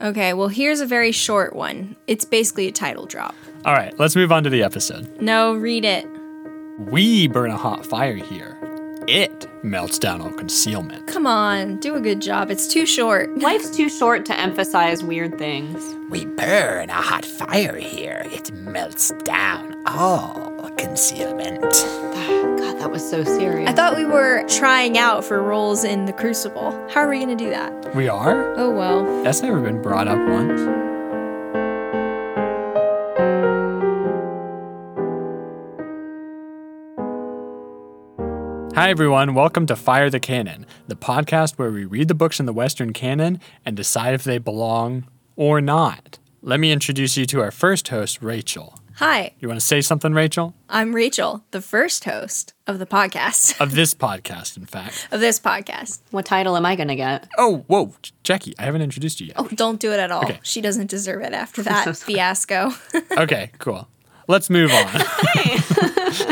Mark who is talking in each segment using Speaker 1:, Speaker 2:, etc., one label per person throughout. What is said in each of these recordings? Speaker 1: Okay, well, here's a very short one. It's basically a title drop.
Speaker 2: All right, let's move on to the episode.
Speaker 1: No, read it.
Speaker 2: We burn a hot fire here. It melts down all concealment.
Speaker 1: Come on, do a good job. It's too short.
Speaker 3: Life's too short to emphasize weird things.
Speaker 4: We burn a hot fire here. It melts down all concealment.
Speaker 3: God, that was so serious.
Speaker 1: I thought we were trying out for roles in The Crucible. How are we going to do that?
Speaker 2: We are?
Speaker 1: Oh, well.
Speaker 2: That's never been brought up once. Hi, everyone. Welcome to Fire the Canon, the podcast where we read the books in the Western canon and decide if they belong or not. Let me introduce you to our first host, Rachel.
Speaker 1: Hi,
Speaker 2: You want to say something, Rachel?
Speaker 1: I'm Rachel, the first host of the podcast,
Speaker 2: Of this podcast, in fact.
Speaker 1: of this podcast.
Speaker 3: what title am I going to get?
Speaker 2: Oh, whoa, J- Jackie, I haven't introduced you yet.
Speaker 1: Oh, Don't do it at all.
Speaker 2: Okay.
Speaker 1: She doesn't deserve it after that fiasco.
Speaker 2: Okay, cool. Let's move on.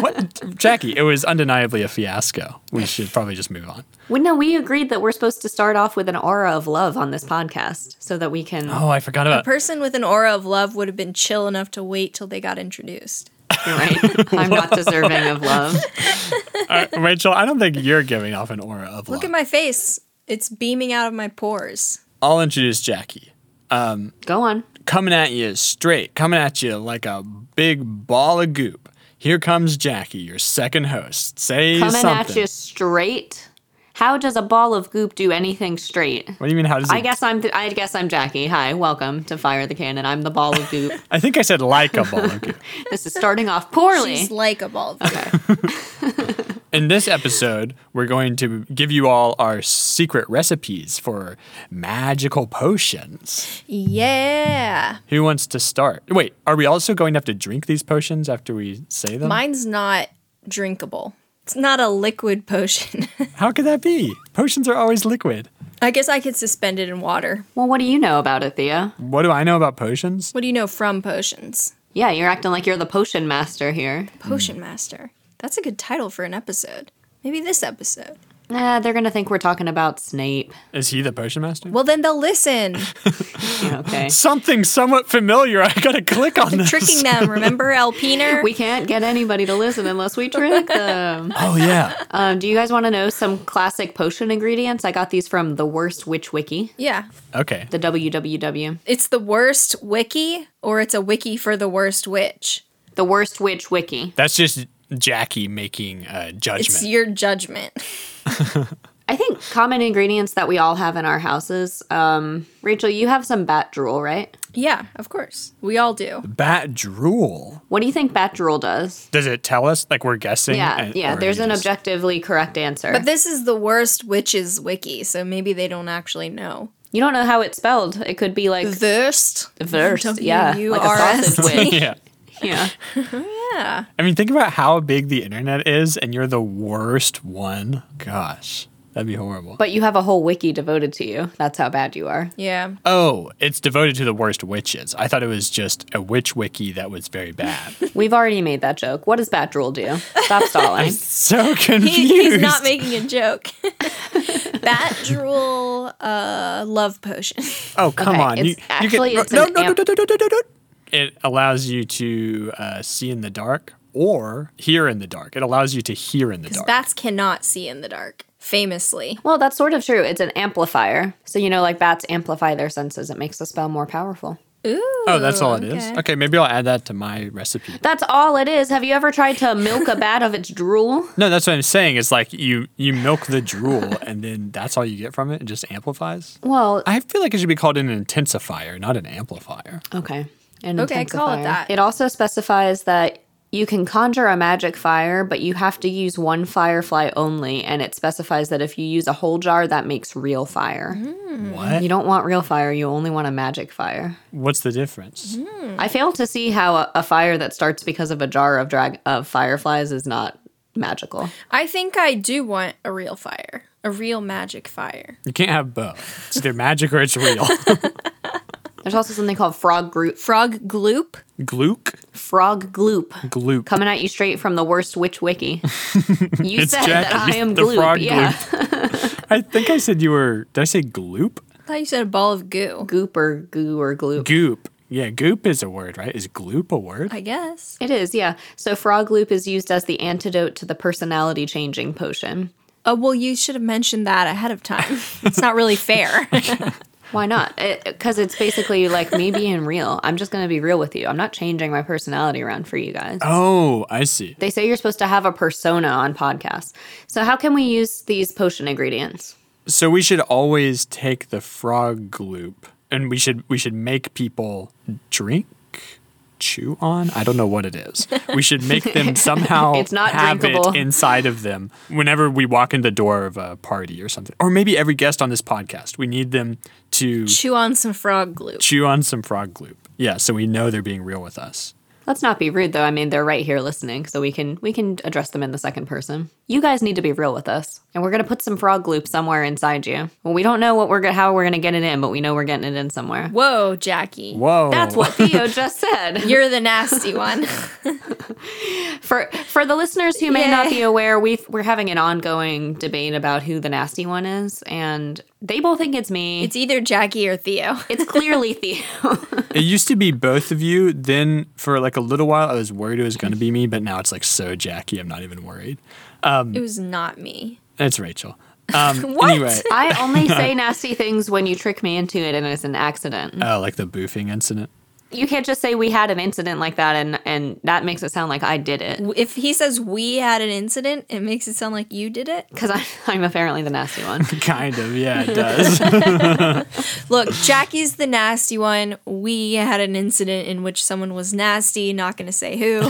Speaker 2: what, Jackie, it was undeniably a fiasco. We should probably just move on.
Speaker 3: Well, no, we agreed that we're supposed to start off with an aura of love on this podcast so that we can.
Speaker 2: Oh, I forgot
Speaker 1: a
Speaker 2: about
Speaker 1: person with an aura of love would have been chill enough to wait till they got introduced.
Speaker 3: You're right. I'm not deserving of love.
Speaker 2: Uh, Rachel. I don't think you're giving off an aura of love.
Speaker 1: Look at my face. It's beaming out of my pores.
Speaker 2: I'll introduce Jackie.
Speaker 3: Go on.
Speaker 2: Coming at you straight, coming at you like a big ball of goop. Here comes Jackie, your second host. Say
Speaker 3: Coming
Speaker 2: something.
Speaker 3: at you straight. How does a ball of goop do anything straight?
Speaker 2: What do you mean? How does it?
Speaker 3: I guess I'm. I guess I'm Jackie. Hi, welcome to Fire the Cannon. I'm the ball of goop.
Speaker 2: I think I said like a ball of goop.
Speaker 3: this is starting off poorly.
Speaker 1: She's like a ball. of
Speaker 2: In this episode, we're going to give you all our secret recipes for magical potions.
Speaker 1: Yeah.
Speaker 2: Who wants to start? Wait, are we also going to have to drink these potions after we say them?
Speaker 1: Mine's not drinkable. It's not a liquid potion.
Speaker 2: How could that be? Potions are always liquid.
Speaker 1: I guess I could suspend it in water.
Speaker 3: well, what do you know about it, Thea?
Speaker 2: What do I know about potions?
Speaker 1: What do you know from potions?
Speaker 3: Yeah, you're acting like you're the potion master here.
Speaker 1: Potion Master. That's a good title for an episode. Maybe this episode.
Speaker 3: Nah, Eh, they're gonna think we're talking about Snape.
Speaker 2: Is he the potion master?
Speaker 1: Well, then they'll listen.
Speaker 3: Okay.
Speaker 2: Something somewhat familiar. I gotta click on this.
Speaker 1: Tricking them. Remember Alpiner?
Speaker 3: we can't get anybody to listen unless we trick them.
Speaker 2: Oh yeah.
Speaker 3: Um, do you guys want to know some classic potion ingredients? I got these from the Worst Witch Wiki,
Speaker 1: yeah.
Speaker 2: Okay.
Speaker 3: the WWW.
Speaker 1: It's the worst wiki, or it's a wiki for the worst witch.
Speaker 3: The Worst Witch Wiki.
Speaker 2: That's just Jackie making a judgment.
Speaker 1: It's your judgment.
Speaker 3: I think common ingredients that we all have in our houses. Um, Rachel, you have some bat drool, right?
Speaker 1: Yeah, of course. We all do.
Speaker 2: Bat drool.
Speaker 3: What do you think bat drool does?
Speaker 2: Does it tell us like we're guessing?
Speaker 3: Yeah,
Speaker 2: and-
Speaker 3: yeah.
Speaker 2: or
Speaker 3: There's
Speaker 2: we
Speaker 3: an
Speaker 2: just-
Speaker 3: objectively correct answer.
Speaker 1: But this is the worst witches wiki, so maybe they don't actually know.
Speaker 3: you don't know how it's spelled. It could be like
Speaker 1: Thirst.
Speaker 3: verse, yeah, like a
Speaker 1: W-U-R-S-T.
Speaker 3: sausage wig.
Speaker 2: Yeah.
Speaker 3: yeah.
Speaker 1: Yeah.
Speaker 2: I mean, think about how big the internet is, and you're the worst one. Gosh, that'd be horrible.
Speaker 3: But you have a whole wiki devoted to you. That's how bad you are.
Speaker 1: Yeah.
Speaker 2: oh, it's devoted to the worst witches. I thought it was just a witch wiki that was very bad.
Speaker 3: We've already made that joke. What does Bat Drool do? Stop stalling.
Speaker 2: so confused.
Speaker 1: He, he's not making a joke. Bat drool uh, love potion.
Speaker 2: oh, come
Speaker 3: Okay,
Speaker 2: on.
Speaker 3: it's
Speaker 2: you,
Speaker 3: actually-
Speaker 2: you can,
Speaker 3: it's
Speaker 2: no,
Speaker 3: an
Speaker 2: no, no,
Speaker 3: amp-
Speaker 2: no, no, no, no, no, no. It allows you to uh, see in the dark or hear in the dark. It allows you to hear in the dark.
Speaker 1: Bats cannot see in the dark, famously.
Speaker 3: well, that's sort of true. It's an amplifier. So, you know, like bats amplify their senses, it makes the spell more powerful.
Speaker 1: Ooh.
Speaker 2: oh, that's all it is. okay. maybe I'll add that to my recipe.
Speaker 3: That's all it is. Have you ever tried to milk a bat of its drool?
Speaker 2: No, that's what I'm saying. It's like you you milk the drool, and then that's all you get from it. It just amplifies.
Speaker 3: Well,
Speaker 2: I feel like it should be called an intensifier, not an amplifier.
Speaker 3: okay. An
Speaker 1: Okay, call it
Speaker 3: intensifier.
Speaker 1: that.
Speaker 3: It also specifies that you can conjure a magic fire, but you have to use one firefly only. And it specifies that if you use a whole jar, that makes real fire.
Speaker 1: Mm-hmm.
Speaker 3: Mm.
Speaker 2: What?
Speaker 3: You don't want real fire, you only want a magic fire.
Speaker 2: What's the difference?
Speaker 3: Mm-hmm. I fail to see how a, a fire that starts because of a jar of drag of fireflies is not magical.
Speaker 1: I think I do want a real fire, a real magic fire.
Speaker 2: You can't have both. It's either magic or it's real.
Speaker 3: There's also something called frog gloop.
Speaker 1: Frog gloop.
Speaker 2: Gluke,
Speaker 3: Frog gloop.
Speaker 2: gloop.
Speaker 3: Coming at you straight from the worst witch wiki. You
Speaker 2: It's
Speaker 3: said that
Speaker 2: Jackie,
Speaker 3: I am
Speaker 2: the
Speaker 3: gloop.
Speaker 2: frog
Speaker 3: yeah.
Speaker 2: gloop. I think I said you were. Did I say gloop?
Speaker 1: thought you said a ball of goo.
Speaker 3: Goop or goo or gloop.
Speaker 2: Goop. Yeah, goop is a word, right? Is gloop a word?
Speaker 1: I guess.
Speaker 3: It is, yeah. So frog loop is used as the antidote to the personality changing potion.
Speaker 1: Oh well, you should have mentioned that ahead of time. it's not really fair.
Speaker 3: Why not? Because it's basically like me being real. I'm just going to be real with you. I'm not changing my personality around for you guys.
Speaker 2: oh, I see.
Speaker 3: They say you're supposed to have a persona on podcasts. So, how can we use these potion ingredients?
Speaker 2: So we should always take the frog gloop and we should we should make people drink chew on i don't know what it is we should make them somehow
Speaker 3: It's not
Speaker 2: have
Speaker 3: drinkable.
Speaker 2: it inside of them whenever we walk in the door of a party or something or maybe every guest on this podcast we need them to
Speaker 1: Chew on some frog glue.
Speaker 2: chew on some frog gloop yeah so we know they're being real with us
Speaker 3: Let's not be rude though. I mean, they're right here listening, so we can we can address them in the second person. You guys need to be real with us, and we're gonna put some frog loop somewhere inside you. Well, we don't know what we're gonna how we're gonna get it in, but we know we're getting it in somewhere.
Speaker 1: Whoa, Jackie.
Speaker 2: whoa
Speaker 3: That's what Theo just said.
Speaker 1: You're the nasty one.
Speaker 3: For for the listeners who may
Speaker 1: Yay.
Speaker 3: not be aware, we we're having an ongoing debate about who the nasty one is, and they both think it's me.
Speaker 1: it's either Jackie or Theo.
Speaker 3: it's clearly Theo.
Speaker 2: it used to be both of you then for like a little while i was worried it was going to be me but now it's like so jackie i'm not even worried Um,
Speaker 1: It was not me.
Speaker 2: it's rachel um
Speaker 1: What?
Speaker 2: anyway
Speaker 3: I only say nasty things when you trick me into it and it's an accident.
Speaker 2: Oh, like the boofing incident.
Speaker 3: You can't just say we had an incident like that and and that makes it sound like I did it.
Speaker 1: If he says we had an incident, it makes it sound like you did it.
Speaker 3: because I'm apparently the nasty one.
Speaker 2: Kind of, yeah, it does.
Speaker 1: Look, Jackie's the nasty one. We had an incident in which someone was nasty, not going to say who.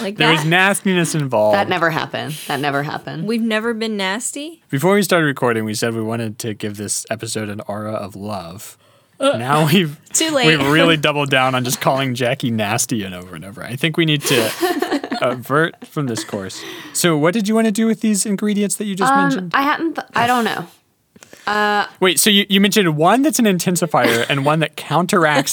Speaker 1: like
Speaker 2: there
Speaker 1: that.
Speaker 2: was nastiness involved.
Speaker 3: That never happened. That never happened.
Speaker 1: We've never been nasty.
Speaker 2: Before we started recording, we said we wanted to give this episode an aura of love. now we've
Speaker 1: Too late.
Speaker 2: We've really doubled down on just calling Jackie nasty and over and over. I think we need to avert from this course. So, what did you want to do with these ingredients that you just
Speaker 3: Um,
Speaker 2: mentioned?
Speaker 3: I hadn't. Th- I don't know.
Speaker 2: Wait, so you, you mentioned one that's an intensifier and one that counteracts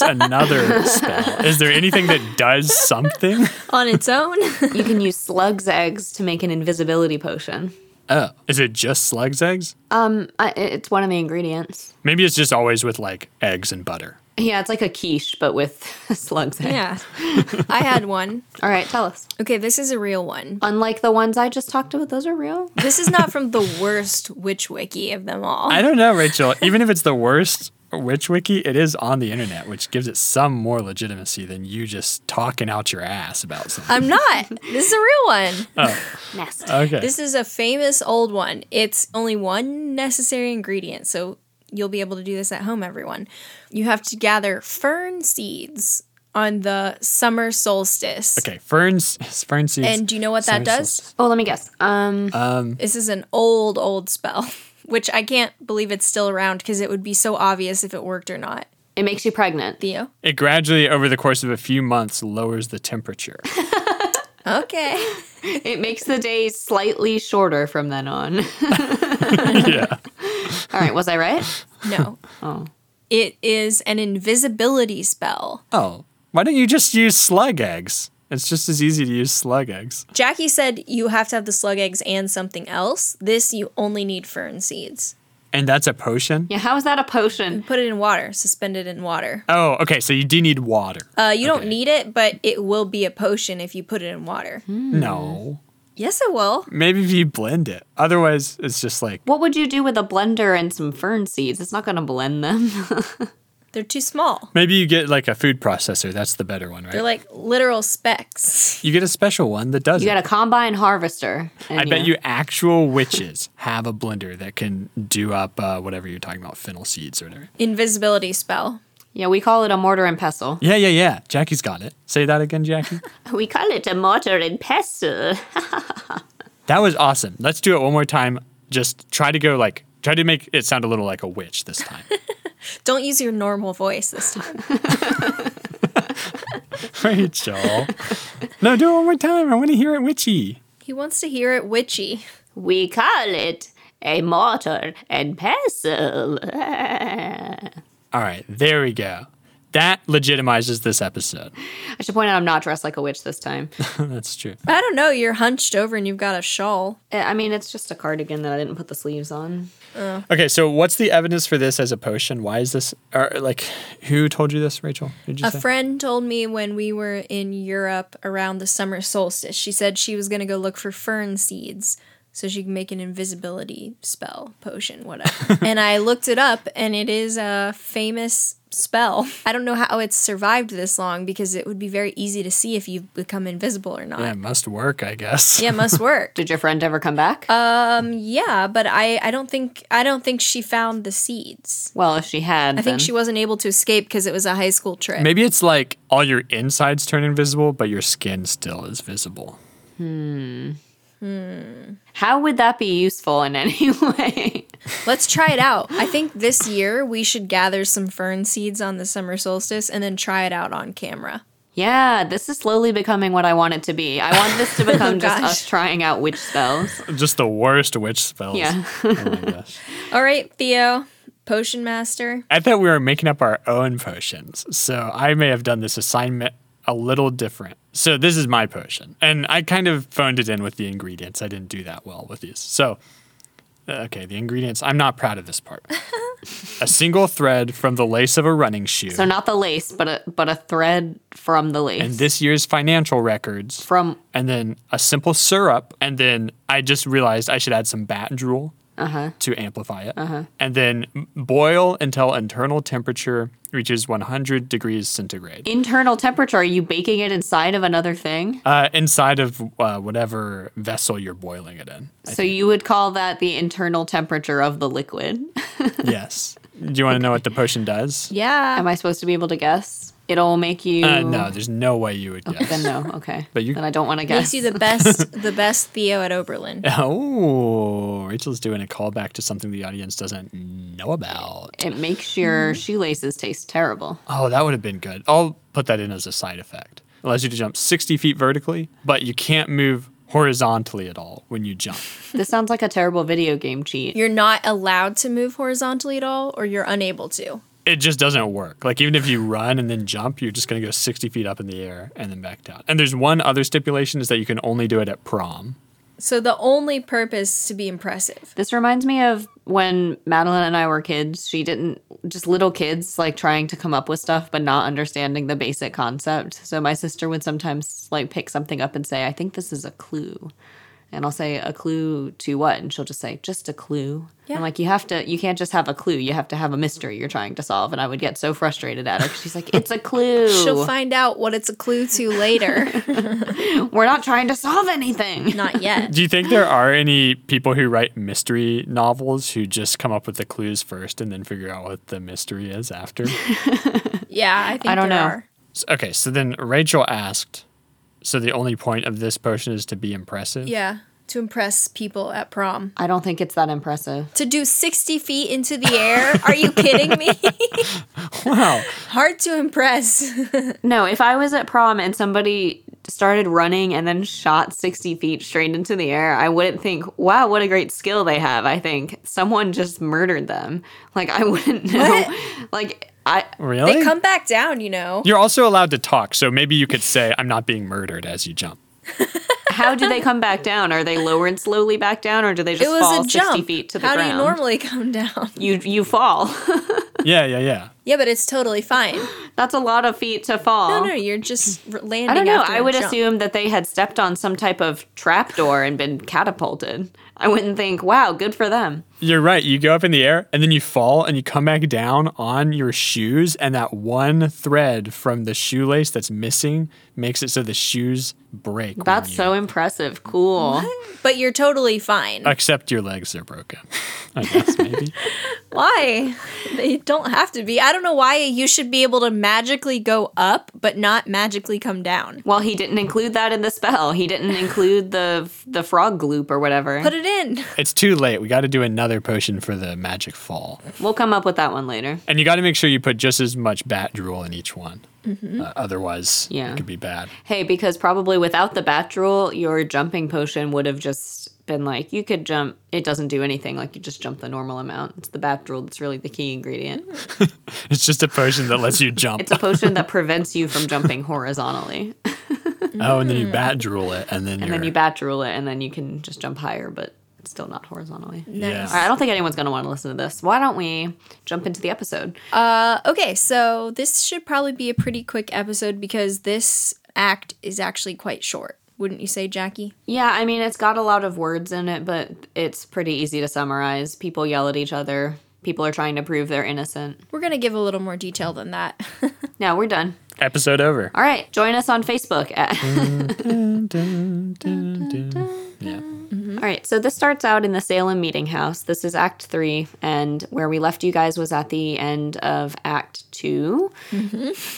Speaker 2: another spell. Is there anything that does something?
Speaker 1: On its own,
Speaker 3: You can use slugs eggs to make an invisibility potion.
Speaker 2: Oh, is it just slugs eggs?
Speaker 3: Um, I, it's one of the ingredients.
Speaker 2: Maybe it's just always with like eggs and butter.
Speaker 3: Yeah, it's like a quiche, but with slugs eggs.
Speaker 1: yeah. I had one.
Speaker 3: All right, tell us.
Speaker 1: Okay, this is a real one.
Speaker 3: Unlike the ones I just talked about, those are real.
Speaker 1: This is not from the worst witch wiki of them all.
Speaker 2: I don't know, Rachel. Even if it's the worst witch wiki, it is on the internet, which gives it some more legitimacy than you just talking out your ass about something.
Speaker 1: I'm not. This is a real one.
Speaker 3: Nasty.
Speaker 2: Okay.
Speaker 1: This is a famous old one. It's only one necessary ingredient, so you'll be able to do this at home, everyone. You have to gather fern seeds on the summer solstice.
Speaker 2: okay. Ferns, fern seeds.
Speaker 1: And do you know what that
Speaker 2: Summer
Speaker 1: does?
Speaker 2: solstice. hmm?
Speaker 3: oh, let me guess. Um,
Speaker 1: This is an old, old spell, which I can't believe it's still around because it would be so obvious if it worked or not.
Speaker 3: it makes you pregnant.
Speaker 1: Theo?
Speaker 2: It gradually, over the course of a few months, lowers the temperature.
Speaker 1: Okay.
Speaker 3: It makes the days slightly shorter from then on.
Speaker 2: yeah.
Speaker 3: All right, was I right?
Speaker 1: No.
Speaker 3: Oh.
Speaker 1: It is an invisibility spell.
Speaker 2: Oh, why don't you just use slug eggs? It's just as easy to use slug eggs.
Speaker 1: Jackie said you have to have the slug eggs and something else. This, you only need fern seeds.
Speaker 2: And that's a potion?
Speaker 3: Yeah. How is that a potion?
Speaker 1: Put it in water, suspend it in water.
Speaker 2: Oh, okay. So you do need water.
Speaker 1: Uh, you
Speaker 2: Okay.
Speaker 1: don't need it, but it will be a potion if you put it in water.
Speaker 2: Hmm. No.
Speaker 1: Yes, it will.
Speaker 2: Maybe if you blend it. Otherwise, it's just like
Speaker 3: What would you do with a blender and some fern seeds? It's not going to blend them.
Speaker 1: They're too small.
Speaker 2: Maybe you get like a food processor. That's the better one, right?
Speaker 1: They're like literal specks.
Speaker 2: you get a special one that does
Speaker 3: You got
Speaker 2: it.
Speaker 3: a combine harvester. in
Speaker 2: I bet
Speaker 3: here.
Speaker 2: you actual witches have a blender that can do up uh, whatever you're talking about, fennel seeds or whatever.
Speaker 1: Invisibility spell.
Speaker 3: Yeah, we call it a mortar and pestle.
Speaker 2: Yeah, yeah, yeah. Jackie's got it. Say that again, Jackie.
Speaker 3: We call it a mortar and pestle.
Speaker 2: that was awesome. Let's do it one more time. Just try to go like, try to make it sound a little like a witch this time.
Speaker 1: Don't use your normal voice this time.
Speaker 2: Rachel. No, do it one more time. I want to hear it witchy.
Speaker 1: He wants to hear it witchy.
Speaker 3: We call it a mortar and pestle.
Speaker 2: All right, there we go. That legitimizes this episode.
Speaker 3: I should point out I'm not dressed like a witch this time.
Speaker 2: That's true.
Speaker 1: I don't know. You're hunched over and you've got a shawl.
Speaker 3: Eh, I mean, it's just a cardigan that I didn't put the sleeves on.
Speaker 2: Okay, so what's the evidence for this as a potion? Why is this? Or like, who told you this, Rachel? Did you
Speaker 1: A
Speaker 2: say?
Speaker 1: friend told me when we were in Europe around the summer solstice, she said she was going to go look for fern seeds so she can make an invisibility spell, potion, whatever. and I looked it up and it is a famous spell. I don't know how it's survived this long because it would be very easy to see if you've become invisible or not.
Speaker 2: yeah,
Speaker 1: Yeah,
Speaker 2: it must work, I guess.
Speaker 1: it must work.
Speaker 3: Did your friend ever come back?
Speaker 1: Um yeah, but I I don't think I don't think she found the seeds.
Speaker 3: well, if she had,
Speaker 1: I think she wasn't able to escape because it was a high school trip.
Speaker 2: Maybe it's like all your insides turn invisible, but your skin still is visible.
Speaker 3: How would that be useful in any way?
Speaker 1: Let's try it out. I think this year we should gather some fern seeds on the summer solstice and then try it out on camera.
Speaker 3: yeah, this is slowly becoming what I want it to be. I want this to become just
Speaker 1: gosh.
Speaker 3: us trying out witch spells.
Speaker 2: Just the worst witch spells.
Speaker 3: Yeah.
Speaker 2: oh my gosh.
Speaker 1: All right, Theo, potion master.
Speaker 2: I thought we were making up our own potions, so I may have done this assignment a little different. So this is my potion, and I kind of phoned it in with the ingredients. I didn't do that well with these. So, uh, okay, the ingredients. I'm not proud of this part. a single thread from the lace of a running shoe,
Speaker 3: So not the lace, but a but a thread from the lace.
Speaker 2: and this year's financial records.
Speaker 3: from
Speaker 2: and then a simple syrup, and then I just realized I should add some bat drool
Speaker 3: Uh-huh.
Speaker 2: to amplify it, and then m- boil until internal temperature reaches 100 degrees centigrade.
Speaker 3: internal temperature. Are you baking it inside of another thing?
Speaker 2: Uh, inside of uh, whatever vessel you're boiling it in.
Speaker 3: so you would call that the internal temperature of the liquid.
Speaker 2: yes. Do you want to know what the potion does?
Speaker 1: Yeah.
Speaker 3: Am I supposed to be able to guess? It'll make you
Speaker 2: Uh, no, there's no way you would guess.
Speaker 3: Then no. Okay.
Speaker 2: But you-
Speaker 3: then I don't want to
Speaker 1: Makes
Speaker 3: guess.
Speaker 1: you the best the best Theo at Oberlin.
Speaker 2: Oh, Rachel's doing a callback to something the audience doesn't know about.
Speaker 3: it makes your shoelaces taste terrible.
Speaker 2: Oh, that would have been good. I'll put that in as a side effect. Allows you to jump 60 feet vertically, but you can't move horizontally at all when you jump.
Speaker 3: This sounds like a terrible video game cheat.
Speaker 1: You're not allowed to move horizontally at all or you're unable to.
Speaker 2: It just doesn't work. Like, even if you run and then jump, you're just going to go 60 feet up in the air and then back down. And there's one other stipulation is that you can only do it at prom.
Speaker 1: So the only purpose to be impressive.
Speaker 3: This reminds me of when Madeline and I were kids. She didn't just little kids like trying to come up with stuff but not understanding the basic concept. So my sister would sometimes like pick something up and say, "I think this is a clue." And I'll say a clue to what? And she'll just say, just a clue.
Speaker 1: Yeah.
Speaker 3: I'm like, you have to, you can't just have a clue. You have to have a mystery you're trying to solve. And I would get so frustrated at her. 'cause She's like, it's a clue.
Speaker 1: She'll find out what it's a clue to later.
Speaker 3: We're not trying to solve anything.
Speaker 1: not yet.
Speaker 2: Do you think there are any people who write mystery novels who just come up with the clues first and then figure out what the mystery is after?
Speaker 1: Yeah, I think
Speaker 3: I don't
Speaker 1: there
Speaker 3: know.
Speaker 1: are.
Speaker 2: S- okay, so then Rachel asked, so the only point of this potion is to be impressive?
Speaker 1: Yeah, to impress people at prom.
Speaker 3: I don't think it's that impressive.
Speaker 1: To do 60 feet into the air? Are you kidding me?
Speaker 2: Wow.
Speaker 1: Hard to impress.
Speaker 3: No, if I was at prom and somebody started running and then shot 60 feet straight into the air, I wouldn't think, wow, what a great skill they have. I think someone just murdered them. Like, I wouldn't know. Like, I.
Speaker 2: Really?
Speaker 1: They come back down, you know.
Speaker 2: You're also allowed to talk, so maybe you could say, I'm not being murdered as you jump.
Speaker 3: How do they come back down? Are they lowered slowly back down, or do they
Speaker 1: It
Speaker 3: just fall
Speaker 1: was a
Speaker 3: 60
Speaker 1: jump.
Speaker 3: feet to the
Speaker 1: How
Speaker 3: ground?
Speaker 1: do you normally come down?
Speaker 3: you you fall.
Speaker 2: Yeah, yeah, yeah.
Speaker 1: Yeah, but it's totally fine.
Speaker 3: That's a lot of feet to fall.
Speaker 1: No, no, you're just r- landing.
Speaker 3: I don't know.
Speaker 1: after
Speaker 3: I
Speaker 1: a
Speaker 3: would
Speaker 1: jump.
Speaker 3: assume that they had stepped on some type of trapdoor and been catapulted. I wouldn't think, wow, good for them.
Speaker 2: You're right. You go up in the air and then you fall and you come back down on your shoes, and that one thread from the shoelace that's missing makes it so the shoes break. when
Speaker 3: That's
Speaker 2: you-
Speaker 3: so impressive. Cool.
Speaker 1: But you're totally fine.
Speaker 2: Except your legs are broken. I guess maybe.
Speaker 1: why? They don't have to be. I don't know why you should be able to magically go up, but not magically come down.
Speaker 3: Well, he didn't include that in the spell. He didn't include the the frog gloop or whatever.
Speaker 1: Put it in.
Speaker 2: it's too late. We got to do another potion for the magic fall.
Speaker 3: we'll come up with that one later.
Speaker 2: And you got to make sure you put just as much bat drool in each one. Uh, otherwise,
Speaker 3: Mm-hmm. Yeah.
Speaker 2: it could be bad.
Speaker 3: Hey, because probably without the bat drool, your jumping potion would have just been like, you could jump, it doesn't do anything. Like, you just jump the normal amount. It's the bath rule that's really the key ingredient.
Speaker 2: It's just a potion that lets you jump.
Speaker 3: It's a potion that prevents you from jumping horizontally.
Speaker 2: oh, and then you bat drool it, and then
Speaker 3: And
Speaker 2: you're,
Speaker 3: then you bat rule it, and then you can just jump higher, but still not horizontally.
Speaker 2: Yes.
Speaker 3: All right, I don't think anyone's going to want to listen to this. Why don't we jump into the episode?
Speaker 1: Uh, okay, so this should probably be a pretty quick episode because this act is actually quite short. Wouldn't you say, Jackie?
Speaker 3: Yeah, I mean, it's got a lot of words in it, but it's pretty easy to summarize. People yell at each other. People are trying to prove they're innocent.
Speaker 1: We're going to give a little more detail than that.
Speaker 3: Now we're done.
Speaker 2: episode over.
Speaker 3: All right, join us on Facebook. At-
Speaker 2: Yeah.
Speaker 3: All right, so this starts out in the Salem Meeting House. This is Act Three, and where we left you guys was at the end of Act 2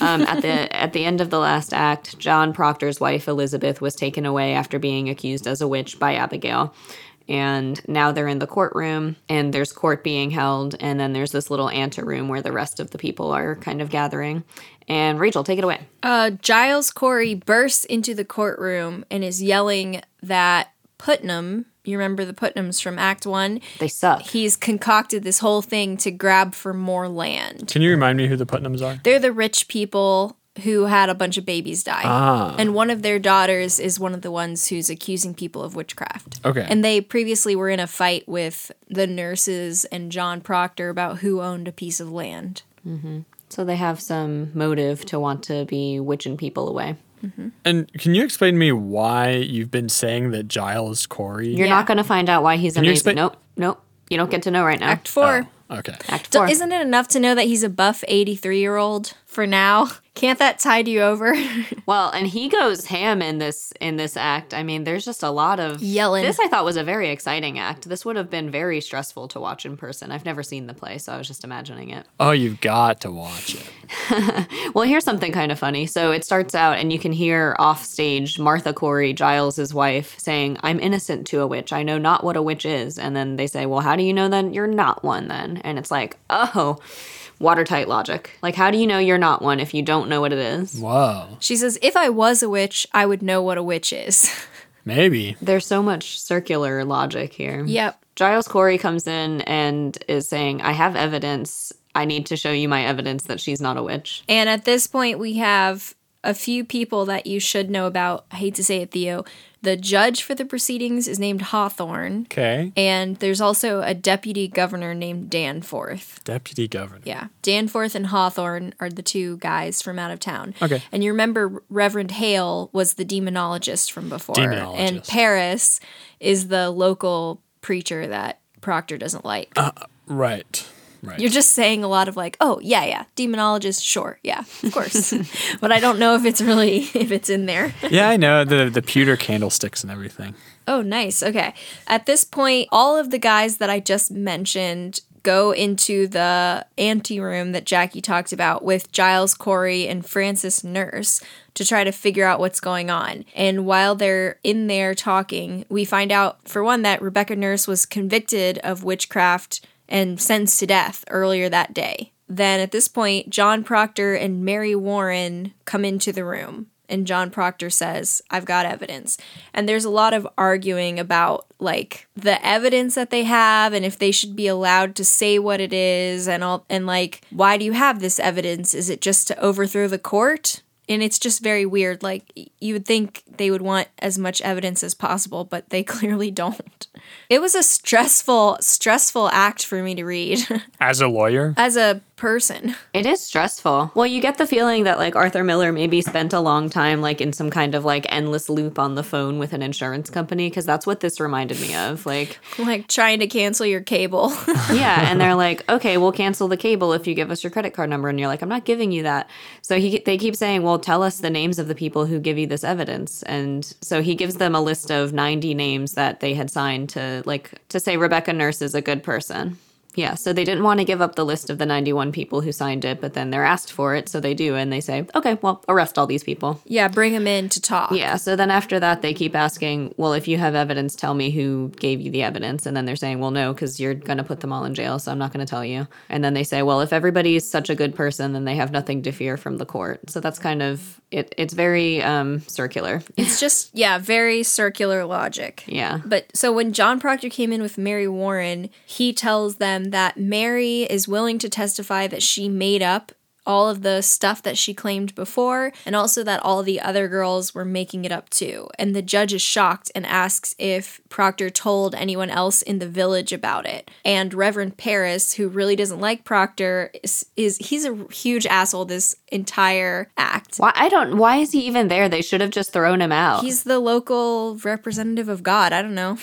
Speaker 3: Um, at the at the end of the last act, John Proctor's wife Elizabeth was taken away after being accused as a witch by Abigail. And now they're in the courtroom, and there's court being held, and then there's this little anteroom where the rest of the people are kind of gathering. And Rachel, take it away.
Speaker 1: Uh, Giles Corey bursts into the courtroom and is yelling that Putnam, you remember the Putnams from Act One,
Speaker 3: They suck.
Speaker 1: he's concocted this whole thing to grab for more land.
Speaker 2: Can you remind me who the Putnams are?
Speaker 1: They're the rich people who had a bunch of babies die. And one of their daughters is one of the ones who's accusing people of witchcraft.
Speaker 2: Okay.
Speaker 1: And they previously were in a fight with the nurses and John Proctor about who owned a piece of land.
Speaker 3: So they have some motive to want to be witching people away.
Speaker 2: And can you explain to me why you've been saying that Giles Corey?
Speaker 3: You're
Speaker 1: Yeah.
Speaker 3: not going to find out why he's
Speaker 2: you
Speaker 3: amazing.
Speaker 2: explain-
Speaker 3: nope, nope. You don't get to know right now.
Speaker 1: Act four.
Speaker 2: Oh, okay.
Speaker 3: Act
Speaker 1: So
Speaker 3: four.
Speaker 1: isn't it enough to know that he's a buff 83 year old for now? Can't that tide you over?
Speaker 3: well, and he goes ham in this in this act. I mean, there's just a lot of
Speaker 1: Yelling.
Speaker 3: This I thought was a very exciting act. This would have been very stressful to watch in person. I've never seen the play, so I was just imagining it.
Speaker 2: Oh, you've got to watch it.
Speaker 3: Well, here's something kind of funny. So it starts out, and you can hear off stage Martha Corey, Giles's wife, saying, I'm innocent to a witch. I know not what a witch is. And then they say, Well, how do you know then you're not one then? And it's like, Oh, watertight logic. Like, how do you know you're not one if you don't know what it is?
Speaker 2: Whoa.
Speaker 1: she says, If I was a witch, I would know what a witch is.
Speaker 2: Maybe.
Speaker 3: There's so much circular logic here.
Speaker 1: yep.
Speaker 3: Giles Corey comes in and is saying, I have evidence. I need to show you my evidence that she's not a witch.
Speaker 1: And at this point, we have a few people that you should know about. I hate to say it, Theo. The judge for the proceedings is named Hawthorne.
Speaker 2: Okay.
Speaker 1: And there's also a deputy governor named Danforth.
Speaker 2: Deputy governor.
Speaker 1: Yeah. Danforth and Hawthorne are the two guys from out of town.
Speaker 2: Okay.
Speaker 1: And you remember Reverend Hale was the demonologist from before.
Speaker 2: Demonologist.
Speaker 1: And Paris is the local preacher that Proctor doesn't like.
Speaker 2: Ah. Right. Right.
Speaker 1: You're just saying a lot of like, oh yeah, yeah, demonologist, sure, yeah, of course. but I don't know if it's really if it's in there.
Speaker 2: yeah, I know the the pewter candlesticks and everything.
Speaker 1: Oh, nice. Okay. At this point, all of the guys that I just mentioned go into the anteroom that Jackie talked about with Giles Corey and Francis Nurse to try to figure out what's going on. And while they're in there talking, we find out, for one, that Rebecca Nurse was convicted of witchcraft and sentenced to death earlier that day. Then at this point, John Proctor and Mary Warren come into the room. And John Proctor says, I've got evidence. And there's a lot of arguing about like the evidence that they have and if they should be allowed to say what it is and all and like why do you have this evidence? Is it just to overthrow the court? And it's just very weird. Like y- you would think they would want as much evidence as possible, but they clearly don't. It was a stressful, stressful act for me to read
Speaker 2: As a lawyer,
Speaker 1: as a person.
Speaker 3: It is stressful. Well, you get the feeling that like Arthur Miller maybe spent a long time like in some kind of like endless loop on the phone with an insurance company because that's what this reminded me of. Like,
Speaker 1: like trying to cancel your cable.
Speaker 3: yeah, and they're like, "Okay, we'll cancel the cable if you give us your credit card number." And you're like, "I'm not giving you that." So he they keep saying, "Well, tell us the names of the people who give you this evidence." And so he gives them a list of 90 names that they had signed to like to say Rebecca Nurse is a good person. He Yeah, so they didn't want to give up the list of the 91 people who signed it, but then they're asked for it, so they do, and they say, okay, well, arrest all these people.
Speaker 1: Yeah, bring him in to talk.
Speaker 3: Yeah, so then after that, they keep asking, well, if you have evidence, tell me who gave you the evidence. And then they're saying, well, no, because you're going to put them all in jail, so I'm not going to tell you. And then they say, well, if everybody is such a good person, then they have nothing to fear from the court. So that's kind of, it. it's very um, circular.
Speaker 1: It's just, yeah, very circular logic.
Speaker 3: yeah.
Speaker 1: But so when John Proctor came in with Mary Warren, he tells them that Mary is willing to testify that she made up all of the stuff that she claimed before and also that all the other girls were making it up too. And the judge is shocked and asks if Proctor told anyone else in the village about it. And Reverend Paris, who really doesn't like Proctor, is, is he's a huge asshole this entire act.
Speaker 3: Why, I don't, why is he even there? They should have just thrown him out.
Speaker 1: He's the local representative of God. I don't know.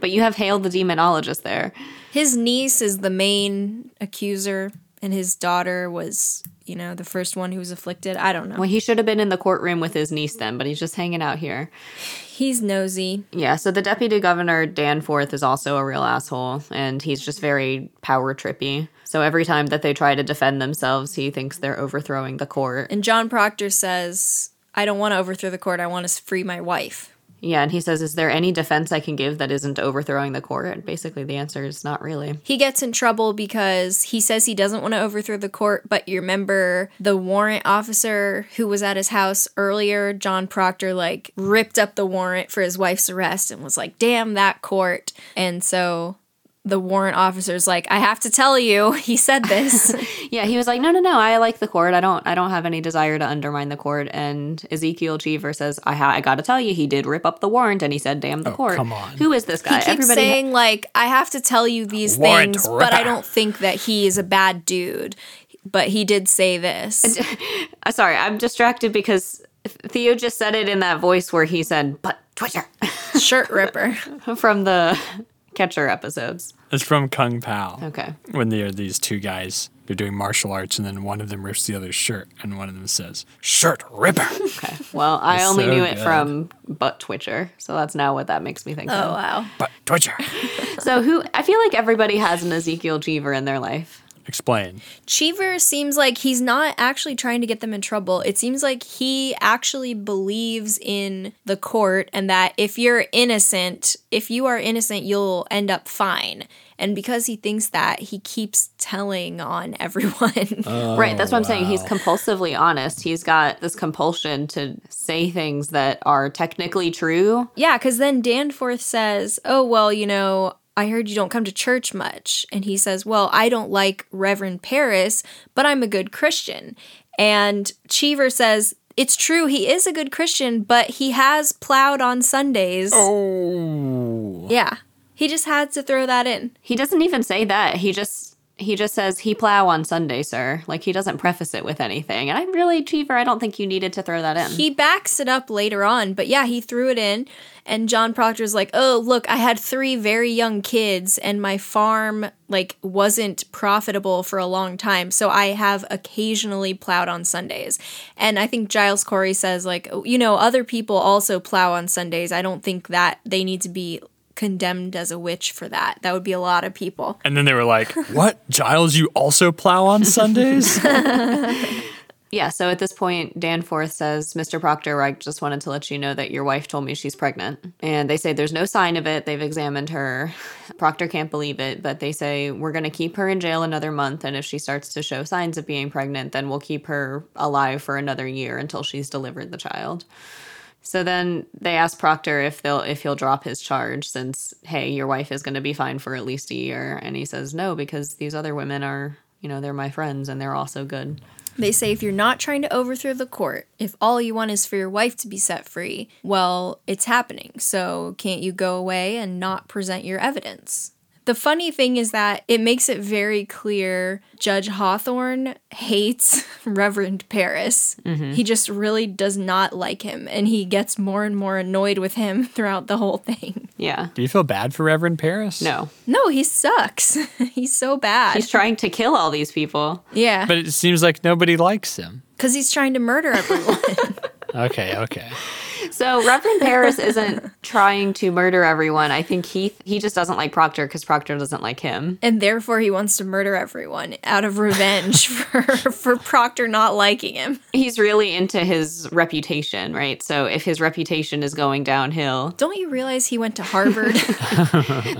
Speaker 3: but you have Hale the demonologist there.
Speaker 1: his niece is the main accuser and his daughter was you know the first one who was afflicted i don't know
Speaker 3: Well, he should have been in the courtroom with his niece then, but he's just hanging out here.
Speaker 1: he's nosy
Speaker 3: Yeah, so the deputy governor, Danforth, is also a real asshole, and he's just very power trippy. So every time that they try to defend themselves, he thinks they're overthrowing the court.
Speaker 1: and john proctor says i don't want to overthrow the court i want to free my wife
Speaker 3: Yeah, and he says, Is there any defense I can give that isn't overthrowing the court? And basically, the answer is not really.
Speaker 1: he gets in trouble because he says he doesn't want to overthrow the court but you remember the warrant officer who was at his house earlier john proctor like ripped up the warrant for his wife's arrest and was like damn that court and so the warrant officer's like i have to tell you he said this
Speaker 3: Yeah, he was like, No, no, no, I like the court. I don't I don't have any desire to undermine the court. And Ezekiel Cheever says, I, ha- I gotta tell you, he did rip up the warrant and he said, Damn the court.
Speaker 2: Oh, come on.
Speaker 3: Who is this guy?
Speaker 1: He keeps saying like I have to tell you these
Speaker 2: Warrant
Speaker 1: things, but I
Speaker 2: ripper.
Speaker 1: don't think that he is a bad dude. But he did say this.
Speaker 3: Uh, Sorry, I'm distracted because Theo just said it in that voice where he said, but Twitter
Speaker 1: Shirt ripper.
Speaker 3: from the Catcher episodes.
Speaker 2: It's from Kung Pao.
Speaker 3: Okay.
Speaker 2: When they are these two guys, they're doing martial arts, and then one of them rips the other's shirt, and one of them says, "Shirt ripper."
Speaker 3: Okay. Well, I only
Speaker 2: so
Speaker 3: knew it
Speaker 2: good.
Speaker 3: from butt twitcher, so that's now what that makes me think
Speaker 1: Oh wow.
Speaker 2: but Twitcher,
Speaker 3: of. So who I feel like everybody has an Ezekiel Cheever in their life.
Speaker 2: explain.
Speaker 1: Cheever seems like he's not actually trying to get them in trouble. It seems like he actually believes in the court and that if you're innocent, if you are innocent, you'll end up fine. And because he thinks that, he keeps telling on everyone.
Speaker 3: right, that's what I'm saying.
Speaker 2: Oh,
Speaker 3: He's compulsively honest. He's got this compulsion to say things that are technically true.
Speaker 1: Yeah, because then Danforth says, Oh, well, you know, I heard you don't come to church much. And he says, Well, I don't like Reverend Paris, but I'm a good Christian. And Cheever says, It's true, he is a good Christian, but he has plowed on Sundays.
Speaker 2: Oh,
Speaker 1: Yeah. He just had to throw that in.
Speaker 3: He doesn't even say that. He just he just says he plow on Sunday, sir. Like he doesn't preface it with anything. And I really, Cheever, I don't think you needed to throw that in.
Speaker 1: He backs it up later on, but yeah, he threw it in. And John Proctor's like, oh, look, I had three very young kids, and my farm like wasn't profitable for a long time, so I have occasionally plowed on Sundays. And I think Giles Corey says like, "Oh, you know, other people also plow on Sundays. I don't think that they need to be condemned as a witch for that. That would be a lot of people.
Speaker 2: and then they were like, "What, Giles? You also plow on Sundays?"
Speaker 3: yeah. So at this point, Danforth says, "Mr. Proctor, I just wanted to let you know that your wife told me she's pregnant." And they say there's no sign of it. They've examined her. Proctor can't believe it, but they say we're going to keep her in jail another month, and if she starts to show signs of being pregnant, then we'll keep her alive for another year until she's delivered the child. So then they ask Proctor if they'll if he'll drop his charge since hey, your wife is going to be fine for at least a year and he says no because these other women are, you know, they're my friends and they're also good.
Speaker 1: They say if you're not trying to overthrow the court, if all you want is for your wife to be set free, well, it's happening. So can't you go away and not present your evidence? The funny thing is that it makes it very clear Judge Hawthorne hates Reverend Paris. He just really does not like him, and he gets more and more annoyed with him throughout the whole thing.
Speaker 3: Yeah.
Speaker 2: Do you feel bad for Reverend Paris?
Speaker 3: No.
Speaker 1: No, he sucks. He's so bad.
Speaker 3: He's trying to kill all these people.
Speaker 1: yeah,
Speaker 2: but it seems like nobody likes him.
Speaker 1: because he's trying to murder everyone.
Speaker 2: Okay, okay.
Speaker 3: So Reverend Paris isn't trying to murder everyone, I think he he just doesn't like Proctor because Proctor doesn't like him.
Speaker 1: and therefore he wants to murder everyone out of revenge for for Proctor not liking him.
Speaker 3: He's really into his reputation, right? So if his reputation is going downhill,
Speaker 1: Don't you realize he went to Harvard?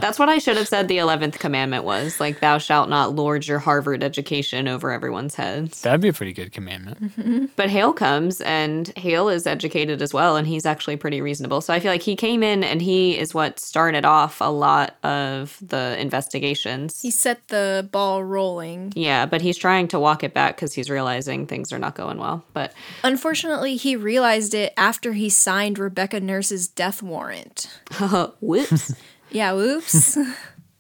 Speaker 3: that's what I should have said the 11th commandment was like, thou shalt not lord your Harvard education over everyone's heads.
Speaker 2: That'd be a pretty good commandment.
Speaker 3: But Hale comes and Hale is educated as well, and he's actually pretty reasonable. So I feel like he came in and he is what started off a lot of the investigations.
Speaker 1: he set the ball rolling.
Speaker 3: yeah, but he's trying to walk it back because he's realizing things are not going well. But
Speaker 1: Unfortunately, he realized it after he signed Rebecca Nurse's death warrant.
Speaker 3: whoops.
Speaker 1: Yeah, whoops.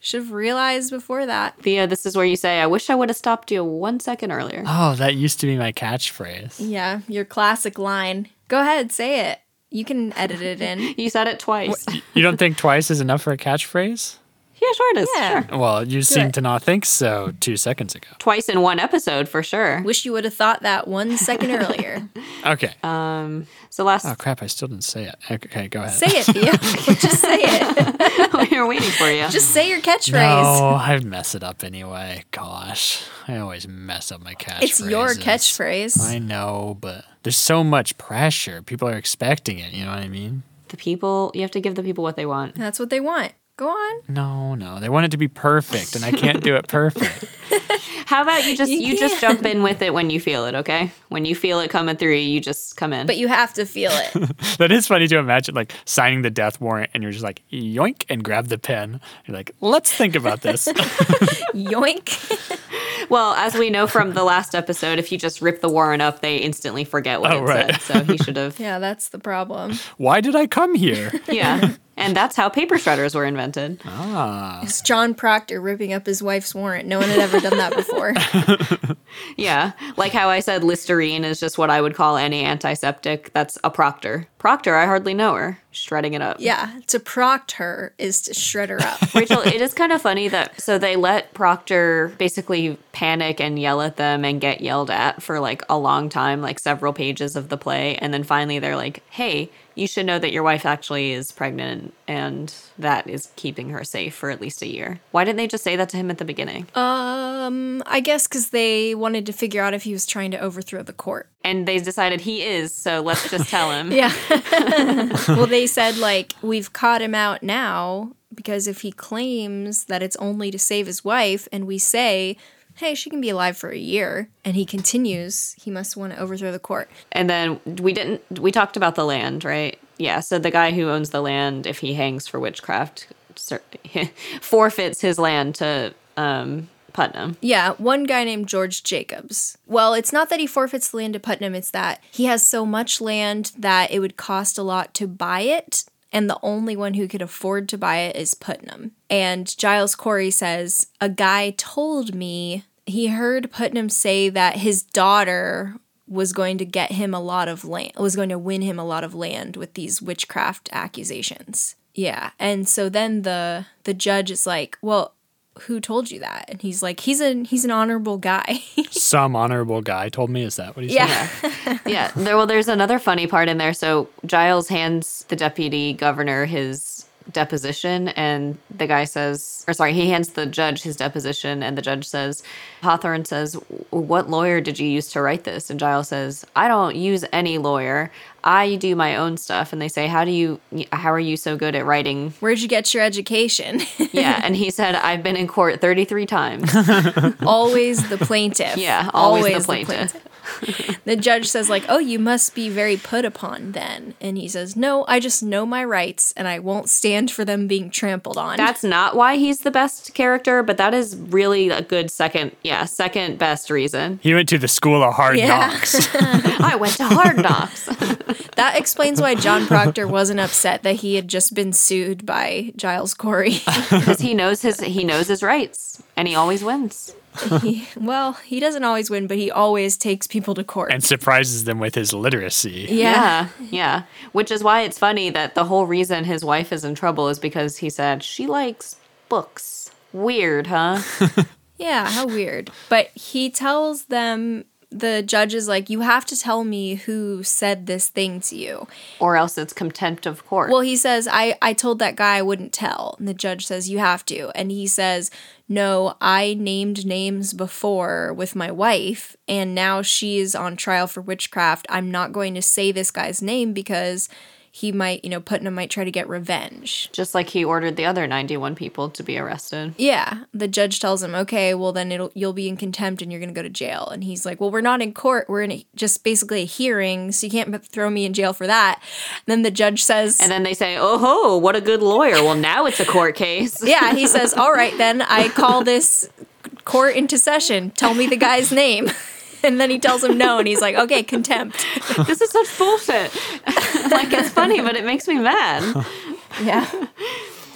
Speaker 1: Should have realized before that.
Speaker 3: Thea, this is where you say, I wish I would have stopped you one second earlier.
Speaker 2: Oh, that used to be my catchphrase.
Speaker 1: Yeah, your classic line. Go ahead, say it. You can edit it in.
Speaker 3: You said it twice.
Speaker 2: You don't think twice is enough for a catchphrase?
Speaker 3: Yeah, sure it is.
Speaker 1: Yeah.
Speaker 3: Sure.
Speaker 2: Well, you seem
Speaker 1: it.
Speaker 2: to not think so two seconds ago.
Speaker 3: Twice in one episode for sure.
Speaker 1: Wish you would have thought that one second earlier.
Speaker 2: Okay.
Speaker 3: So last
Speaker 2: oh, crap. I still didn't say it. Okay, go ahead.
Speaker 1: Say it, Theo. Just say it.
Speaker 3: we were waiting for you.
Speaker 1: Just say your catchphrase.
Speaker 2: No, I'd mess it up anyway. Gosh, I always mess up my catchphrase.
Speaker 1: It's your catchphrase.
Speaker 2: I know, but there's so much pressure. People are expecting it. You know what I mean?
Speaker 3: the people, you have to give the people what they want.
Speaker 1: That's what they want. Go on.
Speaker 2: No, no. They want it to be perfect, and I can't do it perfect.
Speaker 3: How about you just
Speaker 1: You
Speaker 3: you, just jump in with it when you feel it, okay? When you feel it coming through, you just come in.
Speaker 1: But you have to feel it.
Speaker 2: that is funny to imagine, like signing the death warrant, and you're just like yoink and grab the pen. You're like, let's think about this.
Speaker 1: Yoink.
Speaker 3: well, as we know from the last episode, if you just rip the warrant up, they instantly forget what
Speaker 2: Oh,
Speaker 3: it
Speaker 2: right.
Speaker 3: said. So he should have
Speaker 1: Yeah, that's the problem.
Speaker 2: Why did I come here?
Speaker 3: Yeah. And that's how paper shredders were invented.
Speaker 1: It's John Proctor ripping up his wife's warrant. No one had ever done that before.
Speaker 3: Yeah. Like how I said Listerine is just what I would call any antiseptic. That's a proctor. Proctor, I hardly know her. Shredding it up.
Speaker 1: Yeah, to proct her is to shred her up.
Speaker 3: Rachel, it is kind of funny that so they let Proctor basically panic and yell at them and get yelled at for like a long time, like several pages of the play. And then finally they're like, hey, you should know that your wife actually is pregnant and that is keeping her safe for at least a year. Why didn't they just say that to him at the beginning?
Speaker 1: Um, I guess because they wanted to figure out if he was trying to overthrow the court.
Speaker 3: and they decided he is, so let's just tell him.
Speaker 1: Yeah. well, they said, like, we've caught him out now because if he claims that it's only to save his wife and we say, hey, she can be alive for a year, and he continues, he must want to overthrow the court.
Speaker 3: And then we didn't we talked about the land, right? Yeah, so the guy who owns the land if he hangs for witchcraft cer- forfeits his land to um Putnam.
Speaker 1: Yeah, one guy named George Jacobs. Well, it's not that he forfeits the land to Putnam, it's that he has so much land that it would cost a lot to buy it, and the only one who could afford to buy it is Putnam. And Giles Corey says, A guy told me he heard Putnam say that his daughter was going to get him a lot of land, was going to win him a lot of land with these witchcraft accusations. Yeah, and so then the the judge is like, "Well, who told you that and he's like he's an he's an honorable guy
Speaker 2: Some honorable guy told me. Is that what he said?
Speaker 1: yeah
Speaker 3: yeah, there well there's another funny part in there. So Giles hands the deputy governor his deposition and the guy says or sorry, he hands the judge his deposition and the judge says Hawthorne says, "W- "What lawyer did you use to write this?" And Giles says, "I don't use any lawyer. I do my own stuff." And they say, "How do you how are you so good at writing?"
Speaker 1: where'd you get your education
Speaker 3: Yeah, and he said, "I've been in court 33 times."
Speaker 1: always the plaintiff
Speaker 3: Yeah, always, the plaintiff.
Speaker 1: the judge says like oh you must be very put upon then and he says no i just know my rights and i won't stand for them being trampled on
Speaker 3: That's not why he's the best character, but that is really a good second, yeah, second best reason.
Speaker 2: He went to the school of hard
Speaker 1: Yeah.
Speaker 2: knocks.
Speaker 3: I went to Hard Knocks.
Speaker 1: that explains why john proctor wasn't upset that he had just been sued by giles corey
Speaker 3: because he knows his he knows his rights and he always wins.
Speaker 1: He- well he doesn't always win but he always takes people to court
Speaker 2: and surprises them with his literacy.
Speaker 3: Yeah. yeah, Which is why it's funny that the whole reason his wife is in trouble is because he said she likes books. Weird, huh?
Speaker 1: Yeah, how weird. But he tells them the judge is like, You have to tell me who said this thing to you.
Speaker 3: Or else it's contempt of court.
Speaker 1: Well, he says, I, I told that guy I wouldn't tell. And the judge says, You have to. And he says, No, I named names before with my wife, and now she is on trial for witchcraft. I'm not going to say this guy's name because he might, you know, Putnam might try to get revenge.
Speaker 3: just like he ordered the other 91 people to be arrested.
Speaker 1: Yeah, the judge tells him, "Okay, well then it'll you'll be in contempt and you're going to go to jail." And he's like, "Well, we're not in court. We're in a, just basically a hearing, so you can't b- throw me in jail for that." And then the judge says,
Speaker 3: And then they say, oh, ho, what a good lawyer. Well, now it's a court case.
Speaker 1: "Yeah," he says, "All right then, I call this court into session. Tell me the guy's name." And then he tells him no, and he's like, "Okay, contempt."
Speaker 3: this is such bullshit. like, it's funny, but it makes me mad.
Speaker 1: Yeah,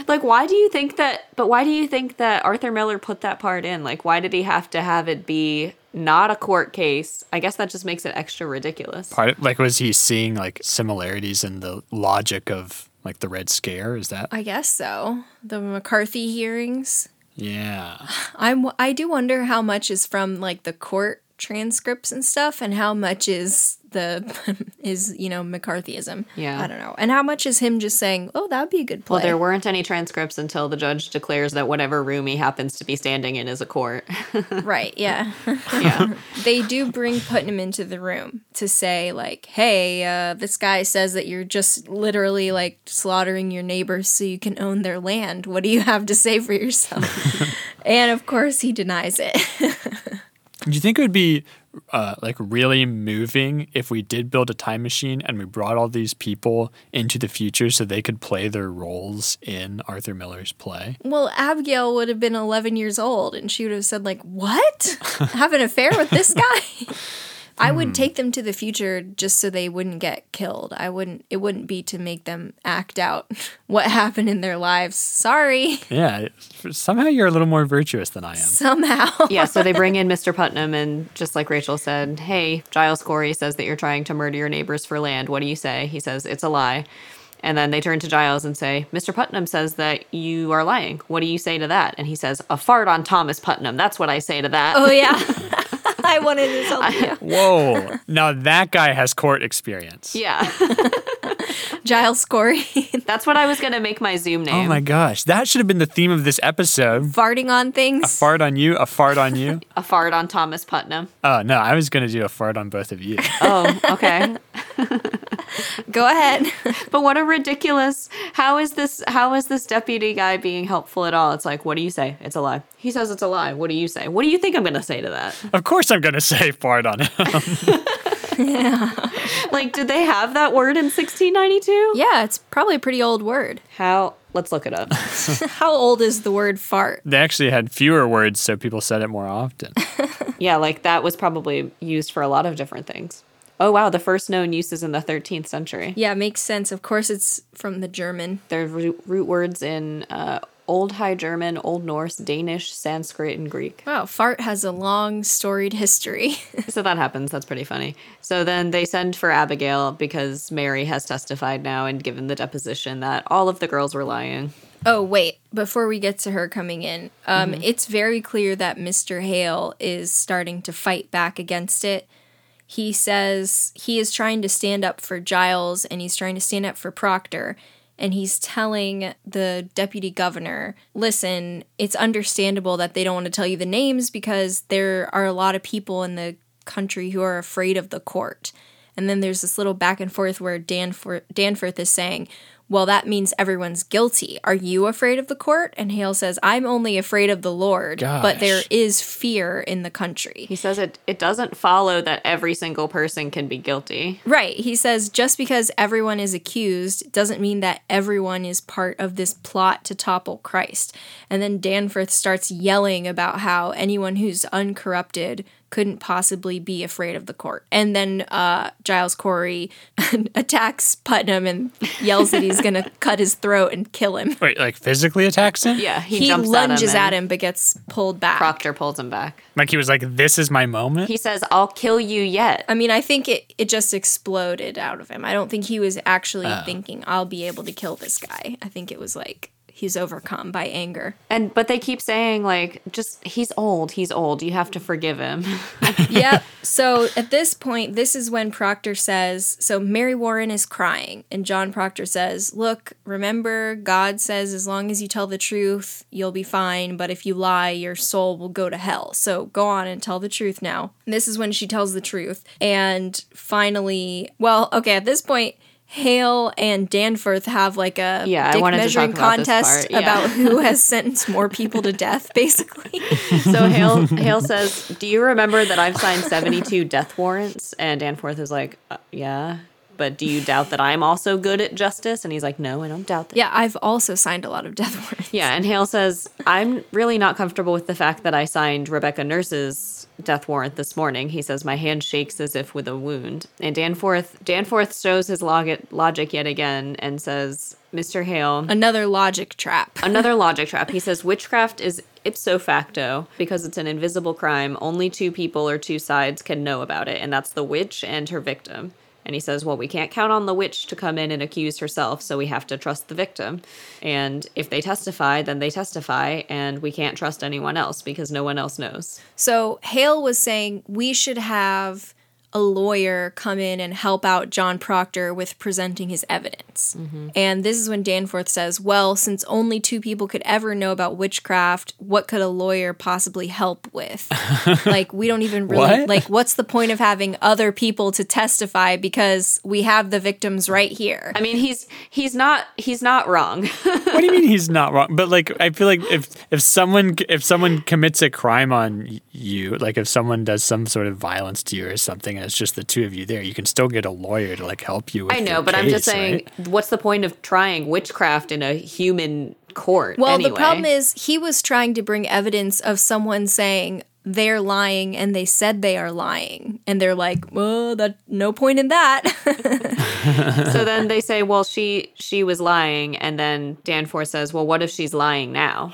Speaker 3: Like, why do you think that? But why do you think that Arthur Miller put that part in? Like, why did he have to have it be not a court case? I guess that just makes it extra ridiculous.
Speaker 2: Part like was he seeing like similarities in the logic of like the Red Scare? Is that
Speaker 1: I guess so. The McCarthy hearings.
Speaker 2: yeah?
Speaker 1: I'm I do wonder how much is from like the court transcripts and stuff and how much is the is you know McCarthyism.
Speaker 3: Yeah.
Speaker 1: I don't know. And how much is him just saying, "Oh, that would be a good play."
Speaker 3: Well, there weren't any transcripts until the judge declares that whatever room he happens to be standing in is a court.
Speaker 1: right, yeah.
Speaker 3: yeah.
Speaker 1: they do bring Putnam into the room to say like, "Hey, uh, this guy says that you're just literally like slaughtering your neighbors so you can own their land. What do you have to say for yourself?" and of course, he denies it.
Speaker 2: Do you think it would be uh, like really moving if we did build a time machine and we brought all these people into the future so they could play their roles in Arthur Miller's play?
Speaker 1: Well, Abigail would have been 11 years old and she would have said like, "What? have an affair with this guy?" I would take them to the future just so they wouldn't get killed. I wouldn't it wouldn't be to make them act out what happened in their lives. Sorry.
Speaker 2: Yeah, somehow you're a little more virtuous than I am.
Speaker 1: Somehow.
Speaker 3: yeah, so they bring in Mr. Putnam, and just like Rachel said, hey, Giles Corey says that you're trying to murder your neighbors for land. What do you say? He says, it's a lie. And then they turn to Giles and say, Mr. Putnam says that you are lying. What do you say to that? And he says, a fart on Thomas Putnam. That's what I say to that.
Speaker 1: Oh yeah. I wanted to tell you.
Speaker 2: Whoa! now that guy has court experience.
Speaker 3: Yeah.
Speaker 1: Giles Corey
Speaker 3: That's what I was going to make my Zoom name.
Speaker 2: Oh my gosh, that should have been the theme of this episode.
Speaker 1: farting on things.
Speaker 2: A fart on you, a fart on you.
Speaker 3: A fart on Thomas Putnam.
Speaker 2: Oh no, I was gonna do a fart on both of you.
Speaker 3: Oh, okay.
Speaker 1: Go ahead.
Speaker 3: but what a ridiculous how is this how is this deputy guy being helpful at all it's like what do you say it's a lie he says it's a lie what do you say what do you think i'm gonna say to that
Speaker 2: of course, I'm gonna say fart on him.
Speaker 3: like did they have that word in 1692
Speaker 1: yeah, it's probably a pretty old word.
Speaker 3: how let's look it up
Speaker 1: How old is the word fart?
Speaker 2: they actually had fewer words, so people said it more often.
Speaker 3: yeah like that was probably used for a lot of different things oh wow the first known use is in the 13th century
Speaker 1: Yeah, makes sense. Of course it's from the German.
Speaker 3: there are root, root words in uh, old high german old norse danish sanskrit and greek
Speaker 1: Wow, fart has a long, storied history.
Speaker 3: So that happens. That's pretty funny. So then they send for Abigail because Mary has testified now and given the deposition that all of the girls were lying.
Speaker 1: oh, wait, before we get to her coming in, um, it's very clear that Mr. Hale is starting to fight back against it. He says he is trying to stand up for Giles and he's trying to stand up for Proctor. And he's telling the deputy governor, listen, it's understandable that they don't want to tell you the names because there are a lot of people in the country who are afraid of the court. And then there's this little back and forth where Danforth, Danforth is saying, Well, that means everyone's guilty. Are you afraid of the court? And Hale says, I'm only afraid of the Lord, but there
Speaker 2: Gosh.
Speaker 1: is fear in the country.
Speaker 3: He says it, it doesn't follow that every single person can be guilty.
Speaker 1: Right. He says just because everyone is accused doesn't mean that everyone is part of this plot to topple Christ. And then Danforth starts yelling about how anyone who's uncorrupted couldn't possibly be afraid of the court. And then uh, Giles Corey attacks Putnam and yells that he's going to cut his throat and kill him.
Speaker 2: Wait, like physically attacks him?
Speaker 3: Yeah, he,
Speaker 1: He,
Speaker 3: jumps
Speaker 1: lunges
Speaker 3: at him.
Speaker 1: at him but gets pulled back.
Speaker 3: and Proctor pulls him back.
Speaker 2: Like he was like, "This is my moment."
Speaker 3: He says, "I'll kill you yet."
Speaker 1: I mean, I think it, it just exploded out of him. I don't think he was actually thinking, I'll be able to kill this guy. I think it was like, he's overcome by anger.
Speaker 3: And but they keep saying like just he's old, he's old. You have to forgive him.
Speaker 1: yep. So at this point, this is when Proctor says, So Mary Warren is crying. And John Proctor says, Look, remember, God says, as long as you tell the truth, you'll be fine. But if you lie, your soul will go to hell. So go on and tell the truth now. And this is when she tells the truth. And finally, well, okay, at this point, Hale and Danforth have like a
Speaker 3: Yeah, I
Speaker 1: dick
Speaker 3: wanted to
Speaker 1: measuring
Speaker 3: talk about this
Speaker 1: contest
Speaker 3: part, yeah.
Speaker 1: about who has sentenced more people to death, basically.
Speaker 3: so Hale Hale says, "Do you remember that I've signed 72 death warrants?" And Danforth is like, uh, "Yeah, but do you doubt that I'm also good at justice?" And he's like, "No, I don't doubt that."
Speaker 1: yeah, I've also signed a lot of death warrants.
Speaker 3: Yeah, and Hale says, I'm really not comfortable with the fact that I signed Rebecca Nurse's death warrant this morning. He says, My hand shakes as if with a wound. And Danforth Danforth shows his log- logic yet again and says, Mr. Hale,
Speaker 1: Another logic trap.
Speaker 3: another logic trap. He says, Witchcraft is ipso facto because it's an invisible crime. Only two people or two sides can know about it, and that's the witch and her victim. And he says, Well, we can't count on the witch to come in and accuse herself, so we have to trust the victim. And if they testify, then they testify, and we can't trust anyone else because no one else knows.
Speaker 1: So Hale was saying we should have a lawyer come in and help out John Proctor with presenting his evidence. And this is when Danforth says, Well, since only two people could ever know about witchcraft, what could a lawyer possibly help with? like, we don't even really,
Speaker 2: What?
Speaker 1: like, what's the point of having other people to testify because we have the victims right here?
Speaker 3: I mean, he's he's not he's not wrong.
Speaker 2: What do you mean he's not wrong? But like, I feel like if if someone if someone commits a crime on y- you, like if someone does some sort of violence to you or something, and it's just the two of you there, you can still get a lawyer to like help you. with
Speaker 3: I know,
Speaker 2: your
Speaker 3: but I'm just
Speaker 2: case,
Speaker 3: saying,
Speaker 2: right?
Speaker 3: what's the point of trying witchcraft in a human court?
Speaker 1: Well,
Speaker 3: anyway?
Speaker 1: the problem is he was trying to bring evidence of someone saying they're lying and they said they are lying, and they're like, "Well, that no point in that."
Speaker 3: so then they say, "Well, she she was lying," and then Danforth says, "Well, what if she's lying now?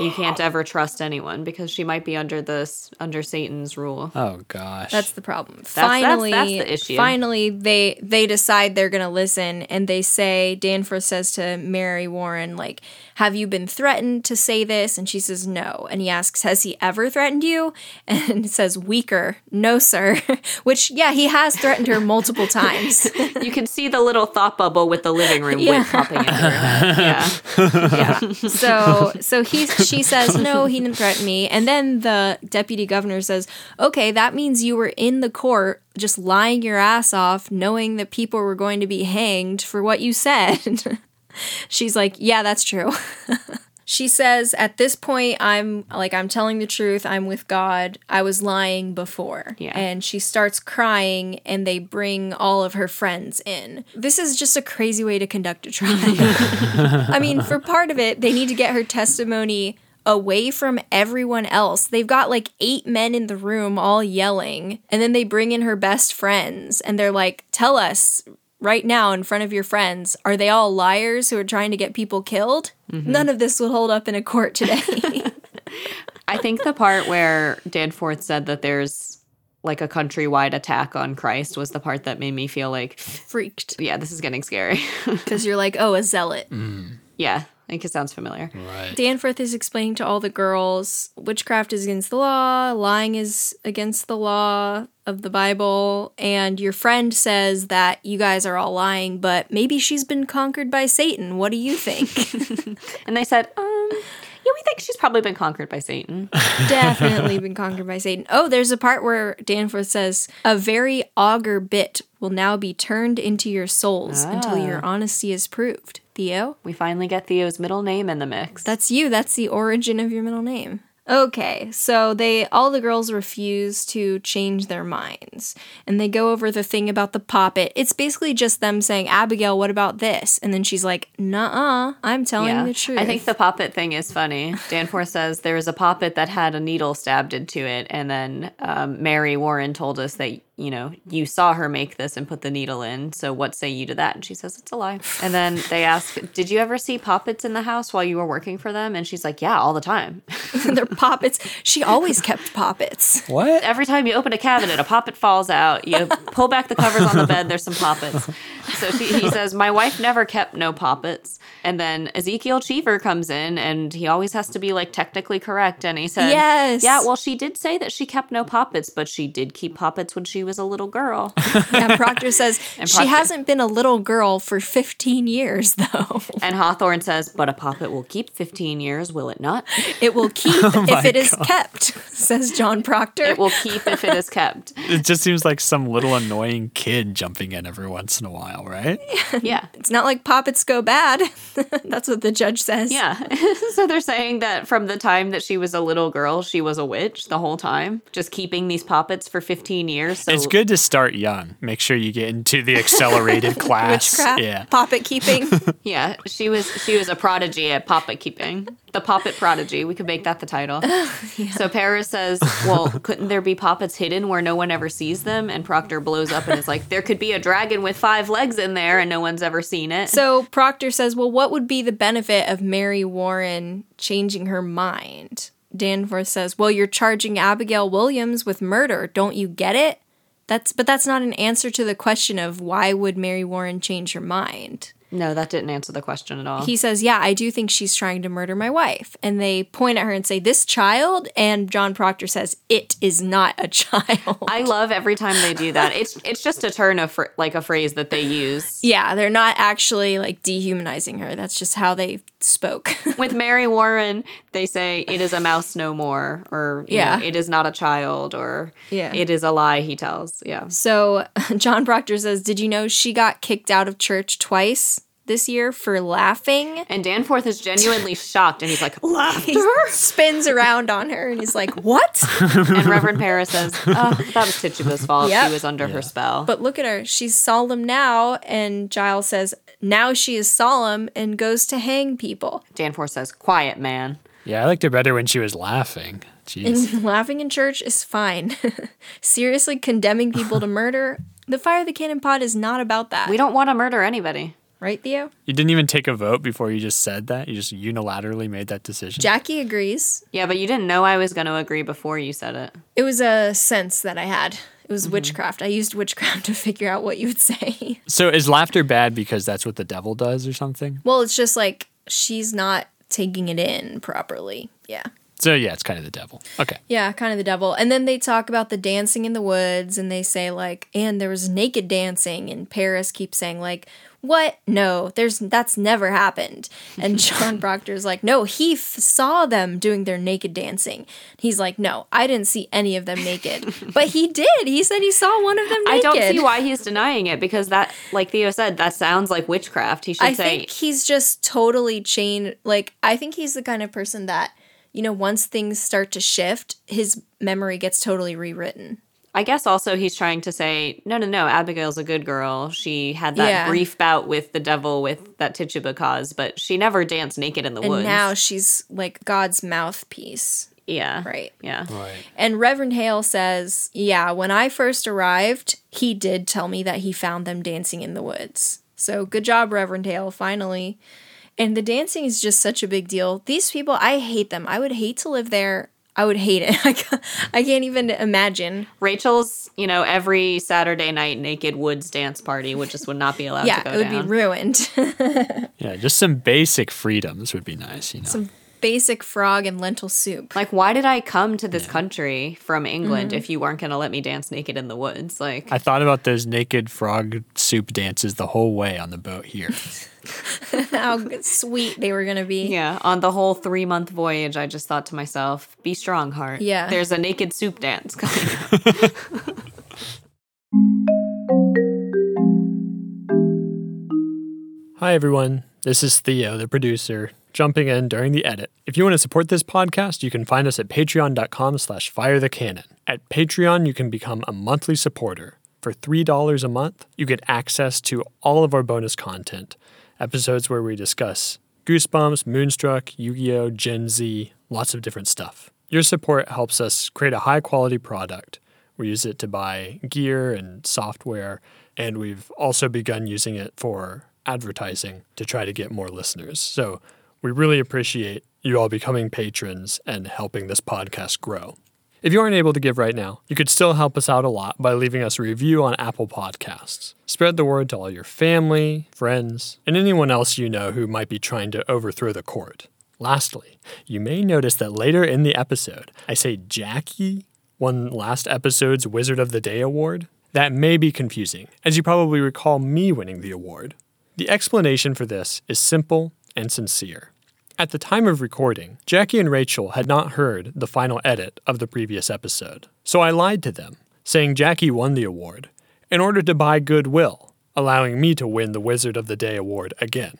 Speaker 3: You can't ever trust anyone because she might be under this under Satan's rule."
Speaker 2: Oh gosh,
Speaker 1: that's the problem.
Speaker 3: that's-
Speaker 1: finally,
Speaker 3: that's the issue.
Speaker 1: Finally, they they decide they're gonna listen, and they say Danforth says to Mary Warren, like, "Have you been threatened to say this?" And she says, "No." And he asks, "Has he ever threatened you?" And says, "Weaker, no, sir." Which, yeah, he has threatened her multiple times.
Speaker 3: you can see the little thought bubble with the living room
Speaker 1: Yeah.
Speaker 3: wind popping in. through it. Yeah,
Speaker 1: So so he she says no, he didn't threaten me, and then the deputy governor says, "Okay, that means you were in the court just lying your ass off, knowing that people were going to be hanged for what you said." She's like, "Yeah, that's true." She says, "At this point, I'm like I'm telling the truth. I'm with God. I was lying before."
Speaker 3: Yeah.
Speaker 1: And she starts crying and they bring all of her friends in. This is just a crazy way to conduct a trial. I mean, for part of it, they need to get her testimony away from everyone else. They've got like eight men in the room all yelling, and then they bring in her best friends and they're like, "Tell us right now in front of your friends, are they all liars who are trying to get people killed?" None of this would hold up in a court today.
Speaker 3: I think the part where Danforth said that there's like a countrywide attack on Christ was the part that made me feel like,
Speaker 1: Freaked
Speaker 3: yeah, this is getting scary.
Speaker 1: because you're like, "Oh, a zealot."
Speaker 3: yeah, I think it sounds familiar.
Speaker 2: right.
Speaker 1: Danforth is explaining to all the girls witchcraft is against the law, lying is against the law of the Bible, and your friend says that you guys are all lying, but maybe she's been conquered by Satan. What do you think?
Speaker 3: And they said, um, yeah, we think she's probably been conquered by Satan.
Speaker 1: Definitely been conquered by Satan. Oh, there's a part where Danforth says, A very auger bit will now be turned into your souls until your honesty is proved. Theo?
Speaker 3: We finally get Theo's middle name in the mix.
Speaker 1: That's you. That's the origin of your middle name. Okay, so they all the girls refuse to change their minds. And they go over the thing about the poppet. It's basically just them saying, Abigail, what about this? And then she's like, Nuh uh, I'm telling the truth.
Speaker 3: I think the poppet thing is funny. Danforth says there was a poppet that had a needle stabbed into it, and then um, Mary Warren told us that you know you saw her make this and put the needle in. So what say you to that? And she says it's a lie. And then they ask, "Did you ever see poppets in the house while you were working for them?" And she's like, "Yeah, all the time.
Speaker 1: they're poppets. She always kept poppets.
Speaker 2: What?
Speaker 3: Every time you open a cabinet, a poppet falls out. You pull back the covers on the bed. There's some poppets." So she, he says, My wife never kept no poppets. And then Ezekiel Cheever comes in and he always has to be like technically correct. And he says,
Speaker 1: Yes.
Speaker 3: Yeah, well, she did say that she kept no poppets, but she did keep poppets when she was a little girl.
Speaker 1: And Proctor says she
Speaker 3: Proctor-
Speaker 1: hasn't been a little girl for 15 years, though.
Speaker 3: and Hawthorne says, But a poppet will keep 15 years, will it not?
Speaker 1: It will keep if it is kept, says John Proctor.
Speaker 3: It will keep if it is kept.
Speaker 2: It just seems like some little annoying kid jumping in every once in a while, right?
Speaker 3: Yeah.
Speaker 1: it's not like poppets go bad. That's what the judge says.
Speaker 3: Yeah. so they're saying that from the time that she was a little girl, she was a witch the whole time, just keeping these poppets for 15 years. So
Speaker 2: It's good to start young. Make sure you get into the accelerated class.
Speaker 1: Witchcraft,
Speaker 2: Yeah.
Speaker 1: poppet keeping.
Speaker 3: Yeah, she was she was a prodigy at poppet keeping. The poppet prodigy. We could make that the title. So Paris says, "Well, couldn't there be poppets hidden where no one ever sees them?" And Proctor blows up and is like, "There could be a dragon with five legs in there, and no one's ever seen it."
Speaker 1: so Proctor says, Well, what would be the benefit of Mary Warren changing her mind? Danforth says, Well, you're charging Abigail Williams with murder. Don't you get it? That's but that's not an answer to the question of why would Mary Warren change her mind?
Speaker 3: no, that didn't answer the question at all.
Speaker 1: he says, Yeah, I do think she's trying to murder my wife. And they point at her and say, This child? And John Proctor says, It is not a child.
Speaker 3: I love every time they do that. It's it's just a turn of fr- like a phrase that they use.
Speaker 1: yeah, they're not actually like dehumanizing her. That's just how they spoke.
Speaker 3: With Mary Warren, they say it is a mouse no more, or you know,
Speaker 1: Yeah.
Speaker 3: it is not a child, or
Speaker 1: Yeah.
Speaker 3: it is a lie he tells. Yeah.
Speaker 1: so John Proctor says, Did you know she got kicked out of church twice this year for laughing?
Speaker 3: And Danforth is genuinely shocked and he's like, laughter?
Speaker 1: He spins around on her and he's like, What?
Speaker 3: And Reverend Paris says, oh, that was Tituba's fault.
Speaker 1: Yep.
Speaker 3: She was under her spell.
Speaker 1: But look at her. She's solemn now. And Giles says, Now she is solemn and goes to hang people.
Speaker 3: Danforth says, quiet, man.
Speaker 2: Yeah, I liked her better when she was laughing. Jeez.
Speaker 1: And laughing in church is fine. Seriously, condemning people to murder, the fire of the cannon pod is not about that.
Speaker 3: We don't want to murder anybody.
Speaker 1: right, Theo?
Speaker 2: You didn't even take a vote before you just said that. You just unilaterally made that decision.
Speaker 1: Jackie agrees.
Speaker 3: Yeah, but you didn't know I was going to agree before you said it.
Speaker 1: It was a sense that I had. It was witchcraft. I used witchcraft to figure out what you would say.
Speaker 2: so is laughter bad because that's what the devil does or something?
Speaker 1: Well, it's just like she's not taking it in properly. Yeah.
Speaker 2: So yeah, it's kind of the devil. Okay.
Speaker 1: Yeah, kind of the devil. And then they talk about the dancing in the woods and they say like and there was naked dancing and Paris keeps saying like what? No, there's that's never happened. And John Proctor's like, "No, he f- saw them doing their naked dancing." He's like, "No, I didn't see any of them naked." but he did. He said he saw one of them naked.
Speaker 3: I don't see why he's denying it because that, like Theo said, that sounds like witchcraft. He should
Speaker 1: I
Speaker 3: say,
Speaker 1: think he's just totally chained. Like, I think he's the kind of person that, you know, once things start to shift, his memory gets totally rewritten.
Speaker 3: I guess also he's trying to say, no, no, no, Abigail's a good girl. She had that
Speaker 1: Yeah.
Speaker 3: brief bout with the devil with that Tituba cause, but she never danced naked in the
Speaker 1: And
Speaker 3: woods.
Speaker 1: now she's like God's mouthpiece.
Speaker 3: yeah.
Speaker 1: Right.
Speaker 3: Yeah.
Speaker 2: Right.
Speaker 1: And Reverend Hale says, Yeah, when I first arrived, he did tell me that he found them dancing in the woods. So good job, Reverend Hale, finally. And the dancing is just such a big deal. These people, I hate them. I would hate to live there. I would hate it. I ca- I can't even imagine.
Speaker 3: Rachel's, you know, every Saturday night naked woods dance party would just would not be allowed
Speaker 1: yeah,
Speaker 3: to go
Speaker 1: it would
Speaker 3: down.
Speaker 1: be ruined.
Speaker 2: Yeah, just some basic freedoms would be nice, you know.
Speaker 1: Some basic frog and lentil soup.
Speaker 3: like, why did I come to this country from
Speaker 1: Mm-hmm.
Speaker 3: England if you weren't going to let me dance naked in the woods? Like,
Speaker 2: I thought about those naked frog soup dances the whole way on the boat here.
Speaker 1: How sweet they were going to be.
Speaker 3: yeah, on the whole three month voyage, I just thought to myself, be strong, heart.
Speaker 1: Yeah.
Speaker 3: There's a naked soup dance coming.
Speaker 2: Hi, everyone. This is Theo, the producer, jumping in during the edit. If you want to support this podcast, you can find us at patreon.com slash fire the cannon. At Patreon, you can become a monthly supporter. For $3 a month, you get access to all of our bonus content, episodes where we discuss Goosebumps, Moonstruck, Yu Gi Oh!, Gen Z, lots of different stuff. Your support helps us create a high quality product. We use it to buy gear and software, and we've also begun using it for advertising to try to get more listeners. So we really appreciate you all becoming patrons and helping this podcast grow. If you aren't able to give right now, you could still help us out a lot by leaving us a review on Apple Podcasts. Spread the word to all your family, friends, and anyone else you know who might be trying to overthrow the court. Lastly, you may notice that later in the episode, I say Jackie won last episode's Wizard of the Day award. That may be confusing, as you probably recall me winning the award. The explanation for this is simple and sincere. At the time of recording, Jackie and Rachel had not heard the final edit of the previous episode. So I lied to them, saying Jackie won the award, in order to buy goodwill, allowing me to win the Wizard of the Day award again.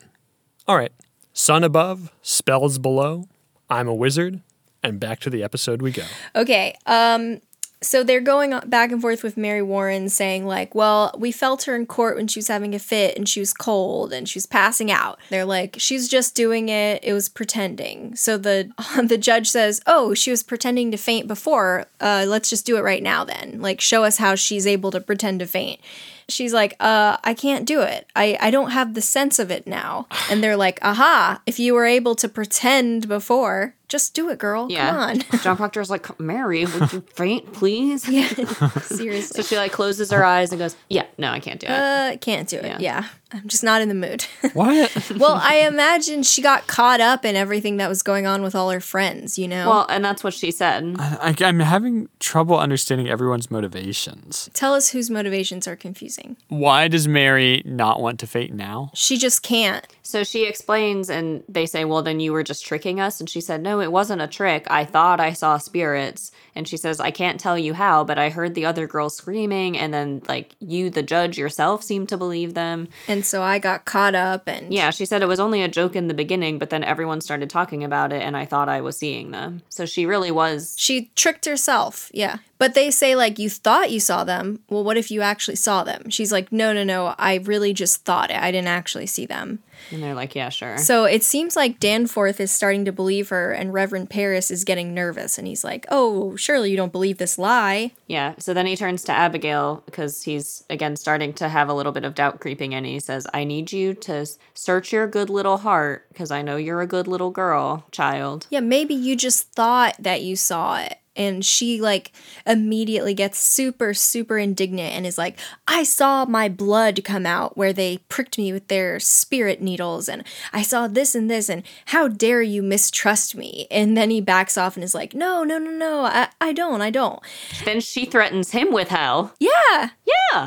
Speaker 2: All right, sun above, spells below, I'm a wizard, and back to the episode we go.
Speaker 1: Okay. Um so they're going on- back and forth with Mary Warren saying like, "Well, we felt her in court when she was having a fit and she was cold and she was passing out." They're like, "She's just doing it. It was pretending." So the the judge says, "Oh, she was pretending to faint before. Uh let's just do it right now then. Like show us how she's able to pretend to faint." She's like, uh, I can't do it. I, I don't have the sense of it now. And they're like, aha, if you were able to pretend before, just do it, girl.
Speaker 3: Yeah.
Speaker 1: Come on.
Speaker 3: John Proctor's like, Mary, would you faint, please?
Speaker 1: Yeah,
Speaker 3: So
Speaker 1: seriously.
Speaker 3: she like closes her eyes and goes, Yeah, no, I can't do it.
Speaker 1: Uh, can't do it. Yeah. I'm just not in the mood.
Speaker 2: What?
Speaker 1: well, I imagine she got caught up in everything that was going on with all her friends, you know?
Speaker 3: well, and that's what she said.
Speaker 2: I, I'm having trouble understanding everyone's motivations.
Speaker 1: Tell us whose motivations are confusing.
Speaker 2: Why does Mary not want to faint now?
Speaker 1: She just can't.
Speaker 3: So she explains, and they say, Well, then you were just tricking us. And she said, No, it wasn't a trick. I thought I saw spirits. And she says, I can't tell you how, but I heard the other girls screaming. And then, like, you, the judge yourself, seemed to believe them.
Speaker 1: And so I got caught up and
Speaker 3: Yeah, she said it was only a joke in the beginning, but then everyone started talking about it, and I thought I was seeing them. So she really was.
Speaker 1: she tricked herself. Yeah. But they say, like, you thought you saw them. Well, what if you actually saw them? She's like, no, no, no. I really just thought it. I didn't actually see them.
Speaker 3: And they're like, Yeah, sure.
Speaker 1: So it seems like Danforth is starting to believe her, and Reverend Paris is getting nervous. And he's like, oh, surely you don't believe this lie.
Speaker 3: Yeah. So then he turns to Abigail because he's again starting to have a little bit of doubt creeping in. He says, I need you to s- search your good little heart because I know you're a good little girl, child.
Speaker 1: Yeah, maybe you just thought that you saw it. And she like immediately gets super, super indignant and is like, I saw my blood come out where they pricked me with their spirit needles. And I saw this and this. And how dare you mistrust me? And then he backs off and is like, No, no, no, no. I, I don't. I don't.
Speaker 3: Then she threatens him with hell.
Speaker 1: Yeah.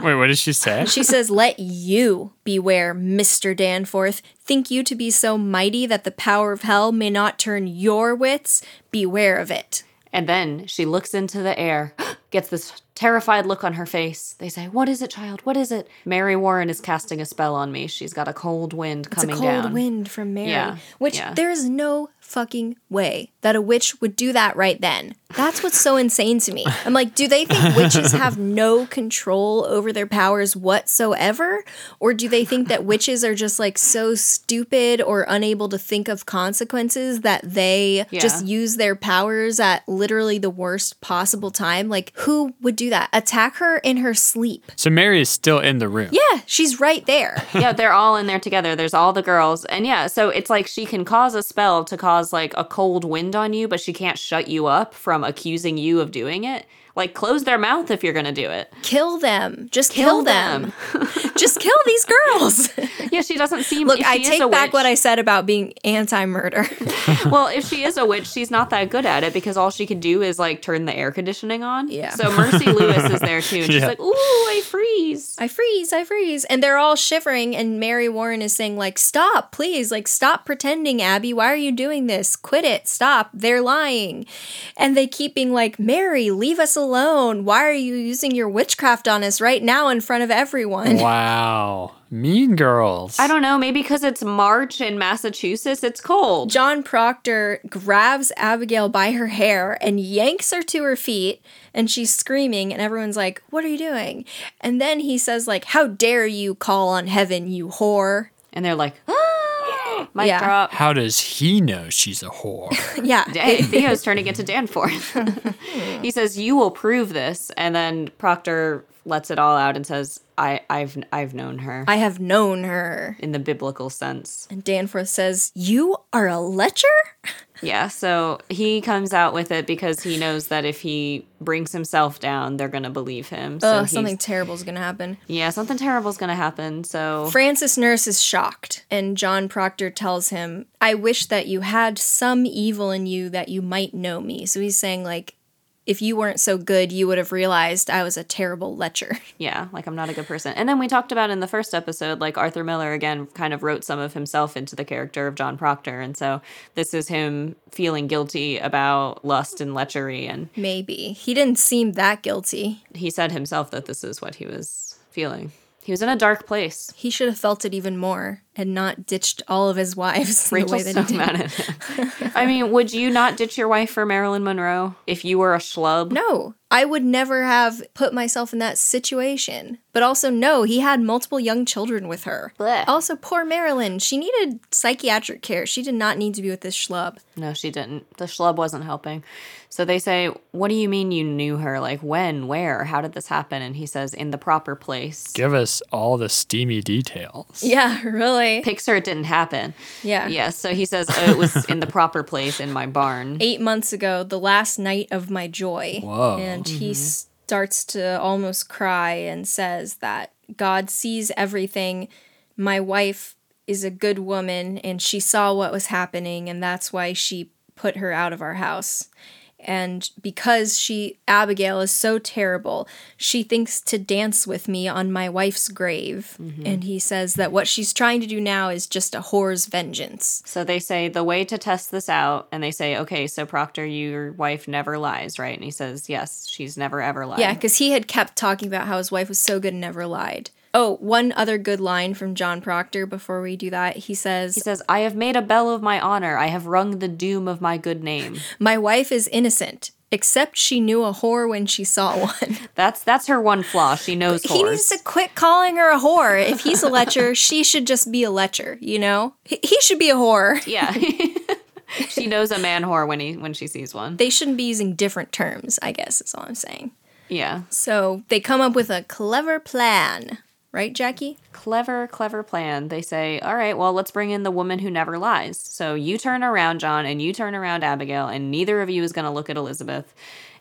Speaker 2: Wait, what did she say?
Speaker 1: She says, Let you beware, Mr. Danforth. Think you to be so mighty that the power of hell may not turn your wits? Beware of it.
Speaker 3: And then she looks into the air, gets this terrified look on her face. They say, What is it, child? What is it? Mary Warren is casting a spell on me. She's got a cold wind
Speaker 1: It's a
Speaker 3: coming
Speaker 1: cold
Speaker 3: down.
Speaker 1: wind from Mary.
Speaker 3: Yeah,
Speaker 1: Which
Speaker 3: yeah.
Speaker 1: there is no fucking way that a witch would do that right then. That's what's so insane to me. I'm like, do they think witches have no control over their powers whatsoever? Or do they think that witches are just like so stupid or unable to think of consequences that they
Speaker 3: Yeah.
Speaker 1: just use their powers at literally the worst possible time? Like, who would do that? Attack her in her sleep.
Speaker 2: So Mary is still in the room.
Speaker 1: Yeah, she's right there.
Speaker 3: yeah, they're all in there together. There's all the girls. And yeah, so it's like she can cause a spell to cause like a cold wind on you, but she can't shut you up from accusing you of doing it. Like close their mouth if you're going to do it.
Speaker 1: Kill them. Just kill, them. just kill these girls.
Speaker 3: yeah, she doesn't seem
Speaker 1: Look,
Speaker 3: if
Speaker 1: I
Speaker 3: she is
Speaker 1: take
Speaker 3: a
Speaker 1: back
Speaker 3: witch-
Speaker 1: what I said about being anti-murder.
Speaker 3: Well, if she is a witch, she's not that good at it because all she can do is like turn the air conditioning on.
Speaker 1: Yeah.
Speaker 3: So Mercy Lewis is there too and she's
Speaker 2: Yeah.
Speaker 3: like, "Ooh, I freeze."
Speaker 1: I freeze, I freeze. And they're all shivering and Mary Warren is saying like, "Stop, please. Like stop pretending, Abby. Why are you doing this? Quit it. Stop. They're lying." And they keep being like, "Mary, leave us alone. Why are you using your witchcraft on us right now in front of everyone?"
Speaker 2: Wow. Mean girls.
Speaker 3: I don't know, maybe because it's March in Massachusetts, it's cold.
Speaker 1: John Proctor grabs Abigail by her hair and yanks her to her feet and she's screaming and everyone's like, "What are you doing?" And then he says like, "How dare you call on heaven, you whore?"
Speaker 3: And they're like, "Ah!" Mic
Speaker 1: Yeah.
Speaker 3: drop.
Speaker 2: How does he know she's a whore?
Speaker 1: yeah.
Speaker 3: Hey, Theo's turning into Danforth. he says, You will prove this. And then Proctor lets it all out and says, I, I've I've known her
Speaker 1: I have known her.
Speaker 3: in the biblical sense.
Speaker 1: And Danforth says, You are a lecher?
Speaker 3: Yeah, so he comes out with it because he knows that if he brings himself down, they're gonna believe him. So
Speaker 1: Ugh,
Speaker 3: he's-
Speaker 1: Oh, something terrible is going to happen.
Speaker 3: Yeah, something terrible's gonna happen. So
Speaker 1: Francis Nurse is shocked, and John Proctor tells him, I wish that you had some evil in you that you might know me. So he's saying, like, if you weren't so good, you would have realized I was a terrible lecher.
Speaker 3: yeah, like I'm not a good person. And then we talked about in the first episode, like Arthur Miller again kind of wrote some of himself into the character of John Proctor, and so this is him feeling guilty about lust and lechery, and
Speaker 1: Maybe. He didn't seem that guilty.
Speaker 3: he said himself that this is what he was feeling. He was in a dark place.
Speaker 1: He should have felt it even more and not ditched all of his wives the way
Speaker 3: Rachel's
Speaker 1: that
Speaker 3: so
Speaker 1: he did.
Speaker 3: mad at him. I mean, would you not ditch your wife for Marilyn Monroe if you were a schlub?
Speaker 1: No, I would never have put myself in that situation. But also, no, he had multiple young children with her.
Speaker 3: Blech.
Speaker 1: Also, poor Marilyn. She needed psychiatric care. She did not need to be with this schlub.
Speaker 3: No, she didn't. The schlub wasn't helping. So they say, What do you mean you knew her? Like, when, where, how did this happen? And he says, In the proper place.
Speaker 2: Give us all the steamy details.
Speaker 1: Yeah, really.
Speaker 3: Picks her, it didn't happen.
Speaker 1: Yeah.
Speaker 3: Yes. so he says, Oh, it was in the proper place in my barn.
Speaker 1: Eight months ago, the last night of my joy.
Speaker 2: Whoa.
Speaker 1: And he starts to almost cry and says that God sees everything. My wife is a good woman and she saw what was happening, and that's why she put her out of our house. And because she, Abigail, is so terrible, she thinks to dance with me on my wife's grave. And he says that what she's trying to do now is just a whore's vengeance.
Speaker 3: So they say, The way to test this out. And they say, Okay, so Proctor, your wife never lies, right? And he says, Yes, she's never ever lied.
Speaker 1: Yeah, because he had kept talking about how his wife was so good and never lied. Oh, one other good line from John Proctor before we do that. He says,
Speaker 3: He says, I have made a bell of my honor. I have rung the doom of my good name.
Speaker 1: My wife is innocent, except she knew a whore when she saw one.
Speaker 3: That's that's her one flaw. She knows
Speaker 1: he
Speaker 3: whores.
Speaker 1: needs to quit calling her a whore. If he's a lecher, she should just be a lecher, you know? He, he should be a whore.
Speaker 3: Yeah. she knows a man whore when he when she sees one.
Speaker 1: They shouldn't be using different terms, I guess, is all I'm saying.
Speaker 3: Yeah.
Speaker 1: So they come up with a clever plan, right, Jackie?
Speaker 3: Clever, clever plan. They say, "All right, well, let's bring in the woman who never lies." So you turn around, John, and you turn around, Abigail, and neither of you is going to look at Elizabeth.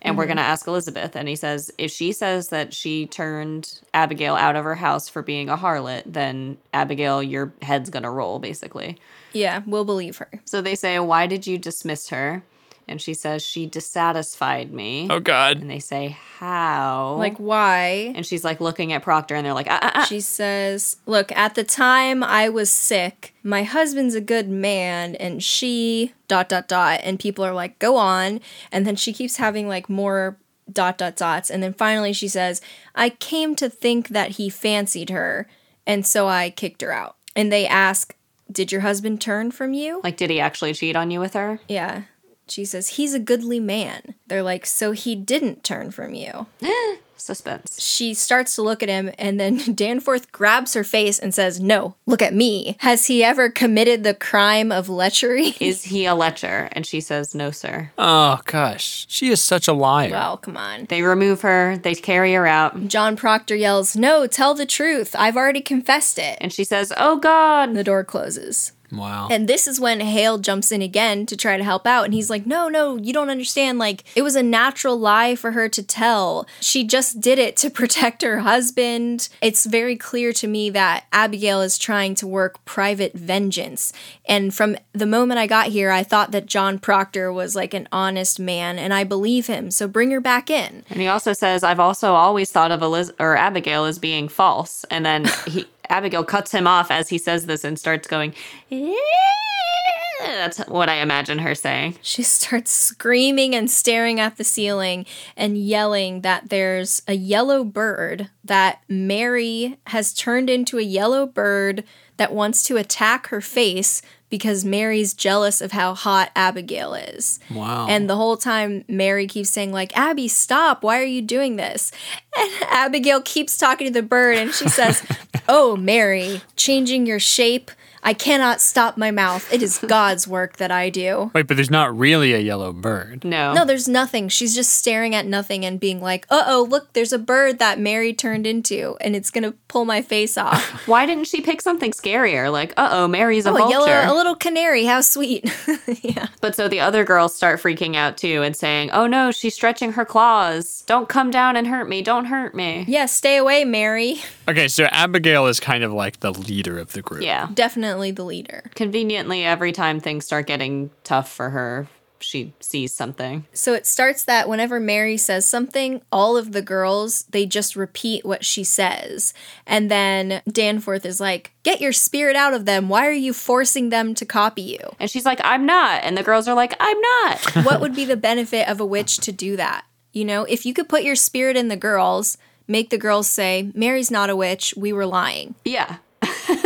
Speaker 3: And we're going to ask Elizabeth, and he says, "If she says that she turned Abigail out of her house for being a harlot, then Abigail, your head's going to roll basically."
Speaker 1: Yeah, we'll believe her.
Speaker 3: So they say, "Why did you dismiss her?" And she says, "She dissatisfied me."
Speaker 2: Oh, God.
Speaker 3: And they say, "How?"
Speaker 1: Like, why?
Speaker 3: and she's like looking at Proctor, and they're like, ah, ah, ah.
Speaker 1: She says, Look, at the time I was sick, my husband's a good man, and she, dot, dot, dot. And people are like, Go on. And then she keeps having like more dot, dot, dots. And then finally she says, I came to think that he fancied her, and so I kicked her out. And they ask, Did your husband turn from you?
Speaker 3: like, did he actually cheat on you with her?
Speaker 1: Yeah. She says, He's a goodly man. They're like, So he didn't turn from you
Speaker 3: Suspense.
Speaker 1: she starts to look at him, and then Danforth grabs her face and says, No, look at me. Has he ever committed the crime of lechery?
Speaker 3: Is he a lecher? And she says, no, sir.
Speaker 2: Oh, gosh. She is such a liar.
Speaker 1: Well, Oh, come on.
Speaker 3: They remove her, they carry her out,
Speaker 1: John Proctor yells, No, tell the truth. I've already confessed it.
Speaker 3: and she says, oh, God.
Speaker 1: The door closes.
Speaker 2: wow.
Speaker 1: And this is when Hale jumps in again to try to help out. And he's like, No, no, you don't understand. Like, it was a natural lie for her to tell. She just did it to protect her husband. It's very clear to me that Abigail is trying to work private vengeance. And from the moment I got here, I thought that John Proctor was like an honest man, and I believe him. So bring her back in.
Speaker 3: And he also says, I've also always thought of Eliz- or Abigail as being false. And then he, Abigail cuts him off as he says this and starts going, "Eh." that's what I imagine her saying.
Speaker 1: She starts screaming and staring at the ceiling and yelling that there's a yellow bird that Mary has turned into a yellow bird that wants to attack her face because Mary's jealous of how hot Abigail is.
Speaker 2: wow.
Speaker 1: And the whole time Mary keeps saying like, "Abby, stop. Why are you doing this?" Abigail keeps talking to the bird and she says, Oh, Mary, changing your shape. I cannot stop my mouth. It is God's work that I do.
Speaker 2: Wait, but there's not really a yellow bird.
Speaker 3: No.
Speaker 1: No, there's nothing. She's just staring at nothing and being like, uh oh, look, there's a bird that Mary turned into and it's going to pull my face off.
Speaker 3: Why didn't she pick something scarier? Like, uh oh, Mary's a
Speaker 1: oh, a,
Speaker 3: vulture.
Speaker 1: yellow, a little canary. How sweet. yeah.
Speaker 3: But so the other girls start freaking out too and saying, oh no, she's stretching her claws. Don't come down and hurt me. Don't hurt me.
Speaker 1: Yeah, stay away, Mary.
Speaker 2: Okay, so Abigail is kind of like the leader of the group.
Speaker 3: Mm. Yeah.
Speaker 1: Definitely the leader.
Speaker 3: Conveniently, every time things start getting tough for her, she sees something.
Speaker 1: So it starts that whenever Mary says something, all of the girls, they just repeat what she says. And then Danforth is like, Get your spirit out of them. Why are you forcing them to copy you?
Speaker 3: And she's like, I'm not. And the girls are like, I'm not.
Speaker 1: What would be the benefit of a witch to do that? You know, if you could put your spirit in the girls, make the girls say, Mary's not a witch, we were lying,
Speaker 3: yeah.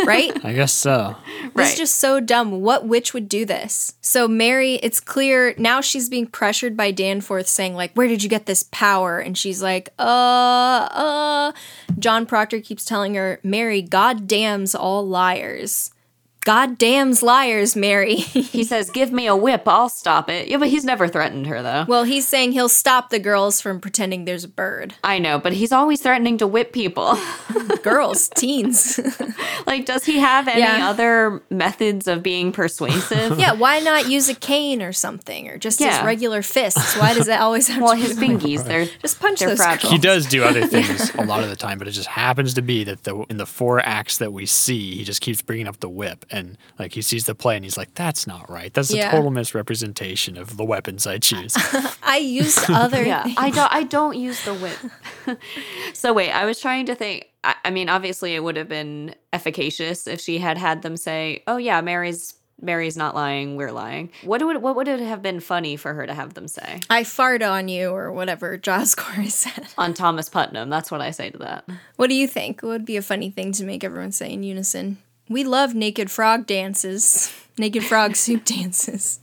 Speaker 1: right?
Speaker 2: I guess so.
Speaker 1: This
Speaker 3: Right.
Speaker 1: is just so dumb. What witch would do this? So Mary, it's clear now she's being pressured by Danforth saying like, "Where did you get this power?" And she's like, "Uh, uh." John Proctor keeps telling her, "Mary, God damns all liars. God damns liars, Mary."
Speaker 3: he says, Give me a whip. I'll stop it. Yeah, but he's never threatened her though.
Speaker 1: well, he's saying he'll stop the girls from pretending there's a bird.
Speaker 3: I know, but he's always threatening to whip people.
Speaker 1: Girls, teens.
Speaker 3: like, does he have any
Speaker 1: Yeah.
Speaker 3: other methods of being persuasive?
Speaker 1: yeah, why not use a cane or something or just
Speaker 3: Yeah.
Speaker 1: his regular fists? Why does it always have
Speaker 3: Well,
Speaker 1: to
Speaker 3: his bingies, they're
Speaker 1: just punch
Speaker 3: they're
Speaker 1: those
Speaker 3: fragile.
Speaker 2: He does do other things a lot of the time, but it just happens to be that the in the four acts that we see, he just keeps bringing up the whip, and like he sees the play, and he's like, "That's not right. That's a
Speaker 1: Yeah.
Speaker 2: total misrepresentation of the weapons I choose."
Speaker 1: I used other
Speaker 3: yeah, I don't. I don't use the whip. so wait, I was trying to think. I, I mean, obviously, it would have been efficacious if she had had them say, "Oh yeah, Mary's Mary's not lying. We're lying." What would what would it have been funny for her to have them say
Speaker 1: I fart on you or whatever Jaws Corey said.
Speaker 3: on Thomas Putnam? That's what I say to that.
Speaker 1: What do you think? What would be a funny thing to make everyone say in unison? We love naked frog dances. Naked frog soup dances.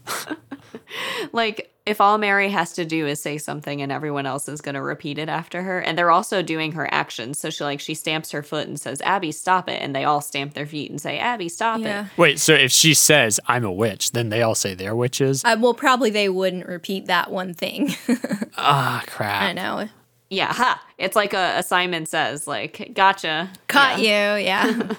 Speaker 3: Like. If all Mary has to do is say something and everyone else is going to repeat it after her and they're also doing her actions so she like she stamps her foot and says Abby stop it and they all stamp their feet and say Abby stop
Speaker 1: Yeah.
Speaker 3: it.
Speaker 2: Wait, so if she says, "I'm a witch," then they all say they're witches.
Speaker 1: Uh, well, probably they wouldn't repeat that one thing.
Speaker 2: Ah, crap.
Speaker 1: I know.
Speaker 3: Yeah, ha. It's like a, a Simon says, like, gotcha.
Speaker 1: Caught you, yeah.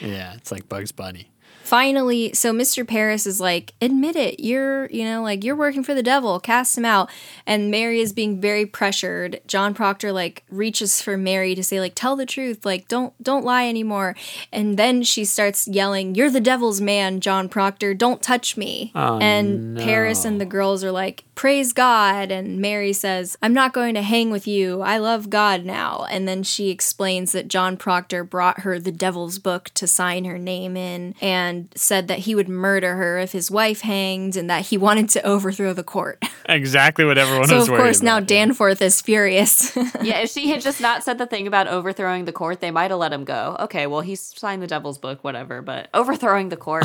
Speaker 2: Yeah, it's like Bugs Bunny.
Speaker 1: Finally, so Mr. Paris is like, admit it, you're, you know, like you're working for the devil, cast him out. And Mary is being very pressured. John Proctor like reaches for Mary to say, like, tell the truth, like, don't don't lie anymore. And then she starts yelling, You're the devil's man, John Proctor, don't touch me.
Speaker 2: Oh,
Speaker 1: and Paris and the girls are like, Praise God. And Mary says, I'm not going to hang with you. I love God now. And then she explains that John Proctor brought her the devil's book to sign her name in and said that he would murder her if his wife hanged and that he wanted to overthrow the court.
Speaker 2: Exactly what everyone
Speaker 1: so,
Speaker 2: was
Speaker 1: of
Speaker 2: worried
Speaker 1: course, now
Speaker 2: about.
Speaker 1: Danforth is furious.
Speaker 3: yeah, if she had just not said the thing about overthrowing the court, they might have let him go. Okay, well, he's signed the devil's book, whatever, but overthrowing the court.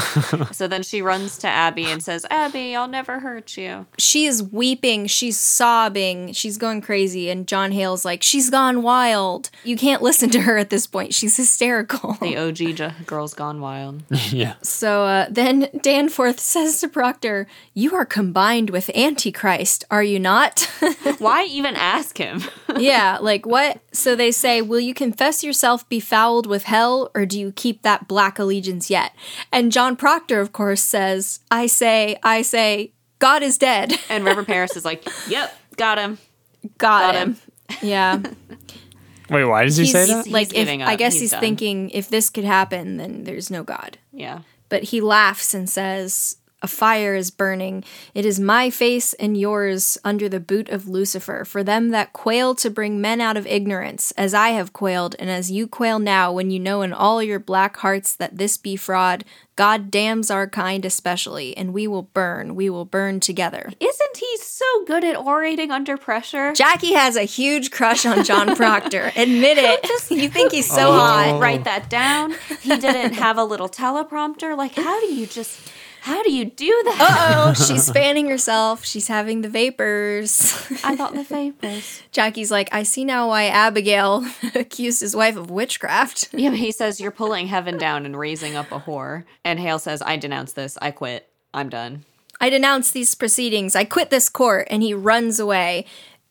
Speaker 3: so then she runs to Abby and says, Abby, I'll never hurt you.
Speaker 1: she is weeping, she's sobbing, she's going crazy. And John Hale's like, She's gone wild. You can't listen to her at this point. She's hysterical.
Speaker 3: The OG j- girl's gone wild.
Speaker 2: yeah.
Speaker 1: So uh, then Danforth says to Proctor, You are combined with Antichrist, are you not?
Speaker 3: Why even ask him?
Speaker 1: yeah, like what? So they say, Will you confess yourself befouled with hell, or do you keep that black allegiance yet? And John Proctor, of course, says, I say, I say, God is dead.
Speaker 3: and River Paris is like, yep, got him.
Speaker 1: Got,
Speaker 3: Got
Speaker 1: him.
Speaker 3: him.
Speaker 1: Yeah.
Speaker 2: Wait, why does he say that?
Speaker 1: He's, like,
Speaker 3: He's
Speaker 1: if,
Speaker 3: giving
Speaker 1: I
Speaker 3: up.
Speaker 1: guess he's,
Speaker 3: He's done.
Speaker 1: thinking, if this could happen, then there's no God.
Speaker 3: Yeah.
Speaker 1: But he laughs and says, A fire is burning. It is my face and yours under the boot of Lucifer, for them that quail to bring men out of ignorance, as I have quailed, and as you quail now, when you know in all your black hearts that this be fraud. God damns our kind especially, and we will burn, we will burn together.
Speaker 3: Isn't he so good at orating under pressure?
Speaker 1: Jackie has a huge crush on John Proctor. Admit it. you think he's so
Speaker 3: Oh.
Speaker 1: hot.
Speaker 3: write that down. He didn't have a little teleprompter. Like, how do you just How do you do that?
Speaker 1: Uh oh, she's fanning herself. She's having the vapors.
Speaker 3: I thought the vapors.
Speaker 1: Jackie's like, I see now why Abigail accused his wife of witchcraft.
Speaker 3: Yeah, but he says you're pulling heaven down and raising up a whore. And Hale says, I denounce this. I quit. I'm done.
Speaker 1: I denounce these proceedings. I quit this court. And he runs away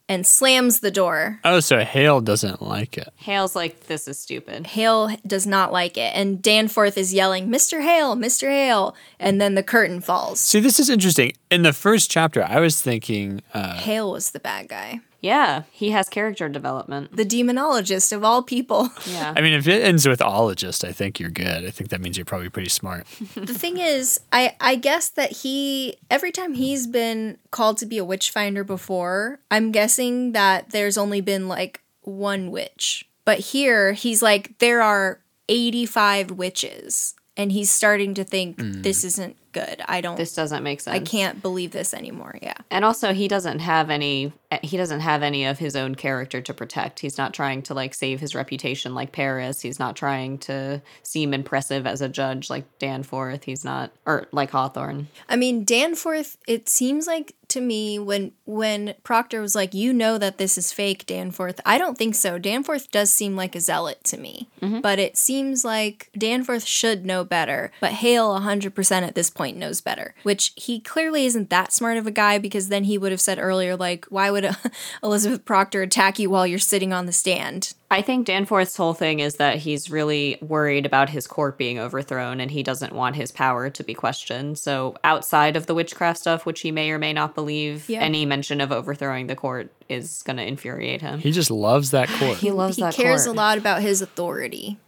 Speaker 1: and slams the door.
Speaker 2: Oh, so Hale doesn't like it.
Speaker 3: Hale's like, this is stupid.
Speaker 1: Hale does not like it. And Danforth is yelling, Mr. Hale, Mr. Hale. And then the curtain falls.
Speaker 2: See, this is interesting. In the first chapter, I was thinking, uh,
Speaker 1: Hale was the bad guy,
Speaker 3: Yeah, he has character development.
Speaker 1: the demonologist of all people.
Speaker 3: Yeah.
Speaker 2: I mean, if it ends with ologist, I think you're good. I think that means you're probably pretty smart.
Speaker 1: the thing is, I, I guess that he, every time he's been called to be a witch finder before, I'm guessing that there's only been like one witch. But here, he's like, there are 85 witches. And he's starting to think, this isn't good. I don't.
Speaker 3: This doesn't make sense.
Speaker 1: I can't believe this anymore. Yeah.
Speaker 3: And also, he doesn't have any. eh, He doesn't have any of his own character to protect. He's not trying to like save his reputation like Paris. He's not trying to seem impressive as a judge like Danforth. He's not, or like Hawthorne.
Speaker 1: I mean, Danforth, it seems like to me when when Proctor was like, "You know that this is fake, Danforth." I don't think so. Danforth does seem like a zealot to me. But it seems like Danforth should know better, but Hale 100% at this point knows better, which he clearly isn't that smart of a guy because then he would have said earlier like, "Why would Elizabeth Proctor attack you while you're sitting on the stand?"
Speaker 3: I think Danforth's whole thing is that he's really worried about his court being overthrown and he doesn't want his power to be questioned. So, outside of the witchcraft stuff, which he may or may not believe,
Speaker 1: Yeah.
Speaker 3: any mention of overthrowing the court is going to infuriate him.
Speaker 2: He just loves that court.
Speaker 3: He loves
Speaker 1: he
Speaker 3: that
Speaker 1: cares a
Speaker 3: court.
Speaker 1: lot about his authority.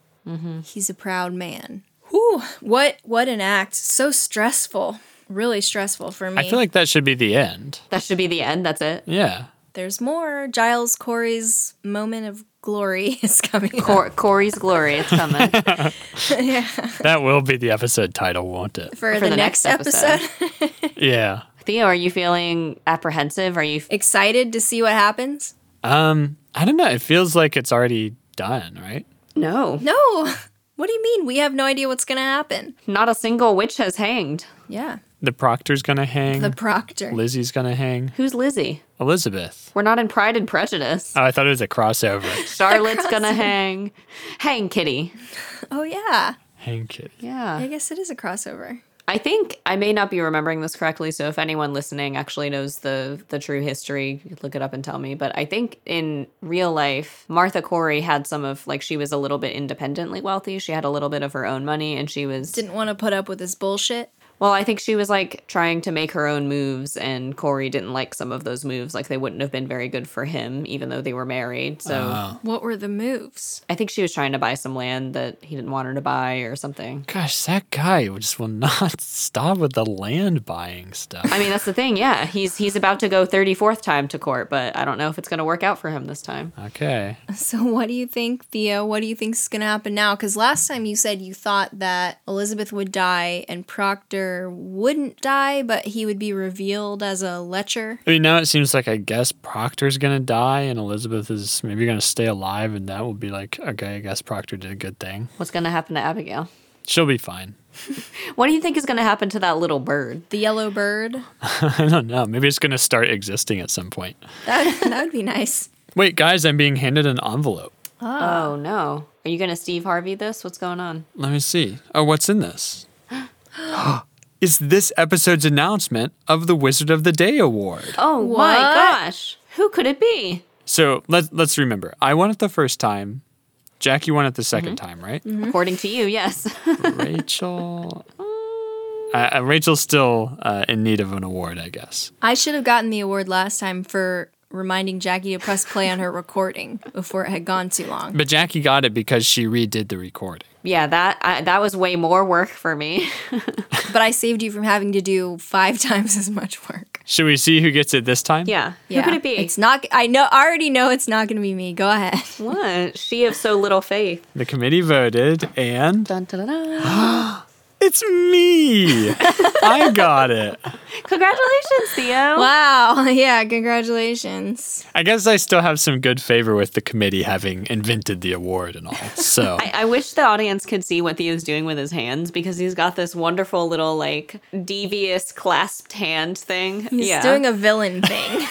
Speaker 1: He's a proud man. Whew, what what an act! So stressful, really stressful for me.
Speaker 2: I feel like that should be the end.
Speaker 3: That should be the end. That's it.
Speaker 2: Yeah.
Speaker 1: there's more. Giles Corey's moment of glory is coming. up.
Speaker 3: Cor- Corey's glory. It's coming.
Speaker 2: That will be the episode title, won't it?
Speaker 1: For, the, next, episode.
Speaker 2: Yeah.
Speaker 3: Theo, are you feeling apprehensive? Are you? F-
Speaker 1: Excited to see what happens?
Speaker 2: Um, I don't know. It feels like it's already done, right?
Speaker 3: no.
Speaker 1: No. What do you mean? We have no idea what's going to happen.
Speaker 3: Not a single witch has hanged.
Speaker 1: Yeah.
Speaker 2: The proctor's gonna hang.
Speaker 1: The proctor.
Speaker 2: Lizzie's gonna hang.
Speaker 3: Who's Lizzie?
Speaker 2: Elizabeth.
Speaker 3: We're not in Pride and Prejudice.
Speaker 2: Oh, I thought it was a crossover.
Speaker 3: Charlotte's gonna hang. Hang Kitty.
Speaker 1: Oh, yeah.
Speaker 2: hang kitty.
Speaker 3: Yeah.
Speaker 1: I guess it is a crossover.
Speaker 3: I think I may not be remembering this correctly, so if anyone listening actually knows the the true history, you could look it up and tell me. But I think in real life, Martha Corey had some of like she was a little bit independently wealthy. She had a little bit of her own money, and she was
Speaker 1: Didn't want to put up with this bullshit.
Speaker 3: well. I think she was like trying to make her own moves, and Corey didn't like some of those moves. Like they wouldn't have been very good for him, even though they were married. So
Speaker 1: What were the moves?
Speaker 3: I think she was trying to buy some land that he didn't want her to buy or something.
Speaker 2: Gosh, that guy just will not stop with the land buying stuff.
Speaker 3: I mean, that's the thing. Yeah, he's he's about to go thirty fourth time to court, but I don't know if it's going to work out for him this time.
Speaker 2: Okay.
Speaker 1: So, what do you think, Theo? What do you think's going to happen now? Because last time you said you thought that Elizabeth would die and Proctor wouldn't die, but he would be revealed as a lecher.
Speaker 2: I mean, now it seems like I guess Proctor's gonna die, and Elizabeth is maybe gonna stay alive, and that will be like, okay, I guess Proctor did a good thing.
Speaker 3: What's going to happen to Abigail?
Speaker 2: She'll be fine.
Speaker 3: What do you think is going to happen to that little bird?
Speaker 1: The yellow bird.
Speaker 2: I don't know. Maybe it's gonna start existing at some point.
Speaker 1: That, that would be nice.
Speaker 2: Wait, guys, I'm being handed an envelope.
Speaker 3: Oh no! Are you going to Steve Harvey this? What's going on?
Speaker 2: Let me see. Oh, what's in this? it's this episode's announcement of the Wizard of the Day award.
Speaker 3: Oh my
Speaker 1: What?
Speaker 3: gosh! Who could it be?
Speaker 2: So let's let's remember. I won it the first time. Jackie won it the 2nd time, right?
Speaker 3: According to you, yes.
Speaker 2: Rachel. Uh, uh, Rachel's still uh, in need of an award, I guess.
Speaker 1: I should have gotten the award last time for reminding Jackie to press play on her recording before it had gone too long.
Speaker 2: But Jackie got it because she redid the recording.
Speaker 3: yeah, that I, that was way more work for me.
Speaker 1: But I saved you from having to do five times as much work.
Speaker 2: Should we see who gets it this time?
Speaker 3: yeah. Who could it be?
Speaker 1: It's not. I know. I already know it's not going to be me. Go ahead.
Speaker 3: what? She of so little faith.
Speaker 2: The committee voted, and
Speaker 3: Dun, dun, dun, dun.
Speaker 2: It's me. I got it.
Speaker 3: Congratulations, Theo.
Speaker 1: Wow. Yeah, congratulations.
Speaker 2: I guess I still have some good favor with the committee having invented the award and all. So
Speaker 3: I, I wish the audience could see what Theo's doing with his hands because he's got this wonderful little like devious clasped hand thing.
Speaker 1: He's doing a villain thing.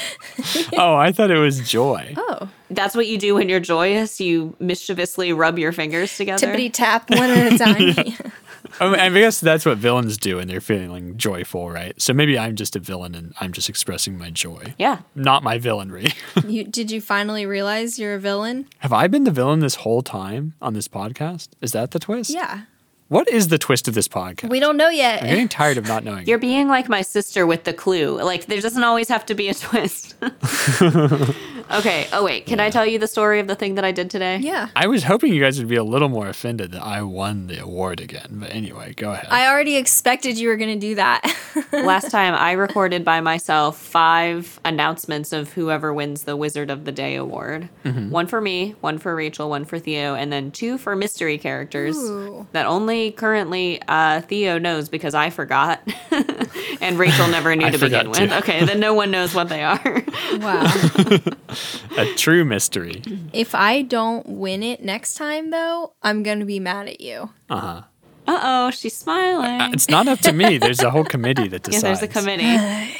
Speaker 2: oh, I thought it was joy.
Speaker 1: oh.
Speaker 3: That's what you do when you're joyous. You mischievously rub your fingers together.
Speaker 1: Tippity tap one at a time.
Speaker 2: I, mean, I guess that's what villains do when they're feeling joyful, right? So maybe I'm just a villain and I'm just expressing my joy,
Speaker 3: Yeah.
Speaker 2: not my villainry.
Speaker 1: You, did you finally realize you're a villain?
Speaker 2: have I been the villain this whole time on this podcast? Is that the twist?
Speaker 1: Yeah.
Speaker 2: What is the twist of this podcast?
Speaker 1: We don't know yet.
Speaker 2: I'm getting tired of not knowing.
Speaker 3: You're being like my sister with the clue. Like there doesn't always have to be a twist. okay. Oh wait, can I tell you the story of the thing that I did today?
Speaker 1: yeah.
Speaker 2: I was hoping you guys would be a little more offended that I won the award again. But anyway, go ahead.
Speaker 1: I already expected you were going to do that.
Speaker 3: Last time I recorded by myself five announcements of whoever wins the Wizard of the Day award.
Speaker 2: Mm-hmm.
Speaker 3: One for me, one for Rachel, one for Theo, and then two for mystery characters
Speaker 1: Ooh.
Speaker 3: that only currently uh, Theo knows because I forgot, and Rachel never knew
Speaker 2: I
Speaker 3: to begin
Speaker 2: forgot
Speaker 3: with.
Speaker 2: too.
Speaker 3: Okay, then no one knows what they are.
Speaker 1: wow.
Speaker 2: a true mystery.
Speaker 1: if I don't win it next time, though, I'm going to be mad at you.
Speaker 3: uh oh, she's smiling.
Speaker 2: Uh, It's not up to me. There's a whole committee that
Speaker 3: yeah,
Speaker 2: decides.
Speaker 3: there's a committee.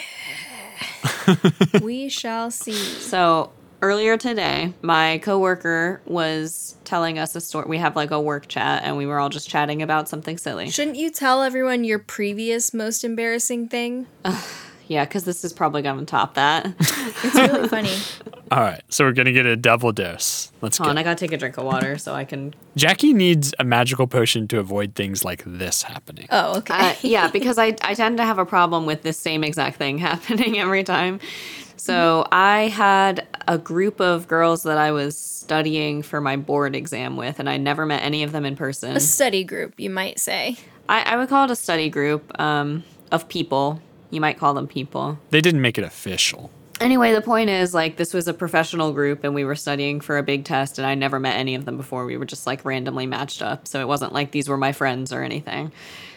Speaker 1: we shall see.
Speaker 3: So earlier today, my coworker was telling us a story. We have like a work chat, and we were all just chatting about something silly.
Speaker 1: Shouldn't you tell everyone your previous most embarrassing thing?
Speaker 3: Yeah, because this is probably going to top that.
Speaker 1: It's really funny.
Speaker 2: All right, so we're gonna get a double dose. Let's
Speaker 3: Hold on,
Speaker 2: go.
Speaker 3: I got to take a drink of water so I can.
Speaker 2: Jackie needs a magical potion to avoid things like this happening.
Speaker 1: Oh, okay.
Speaker 3: Uh, yeah, because I, I tend to have a problem with this same exact thing happening every time. So I had a group of girls that I was studying for my board exam with, and I never met any of them in person.
Speaker 1: a study group, you might say.
Speaker 3: I, I would call it a study group um, of people. You might call them people.
Speaker 2: They didn't make it official.
Speaker 3: Anyway, the point is like this was a professional group and we were studying for a big test and I never met any of them before. We were just like randomly matched up. So it wasn't like these were my friends or anything.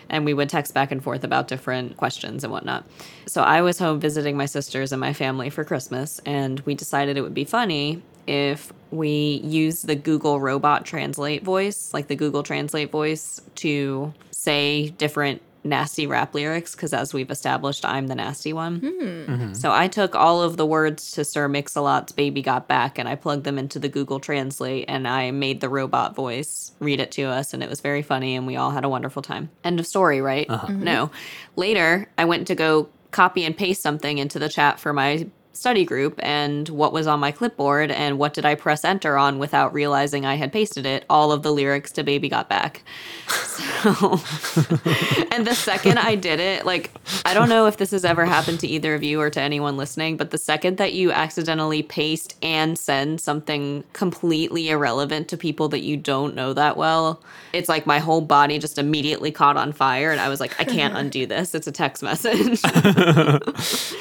Speaker 3: And we would text back and forth about different questions and whatnot. So I was home visiting my sisters and my family for Christmas and we decided it would be funny if we use the Google robot translate voice, like the Google translate voice to say different nasty rap lyrics because as we've established I'm the nasty one. So I took all of the words to Sir Mix-a-Lot's Baby Got Back and I plugged them into the Google Translate and I made the robot voice read it to us and it was very funny and we all had a wonderful time. End of story, right? No. Later, I went to go copy and paste something into the chat for my study group and what was on my clipboard and what did I press enter on without realizing I had pasted it, all of the lyrics to Baby Got Back. So and the second I did it, like I don't know if this has ever happened to either of you or to anyone listening, but the second that you accidentally paste and send something completely irrelevant to people that you don't know that well, it's like my whole body just immediately caught on fire and I was like, I can't undo this. It's a text message.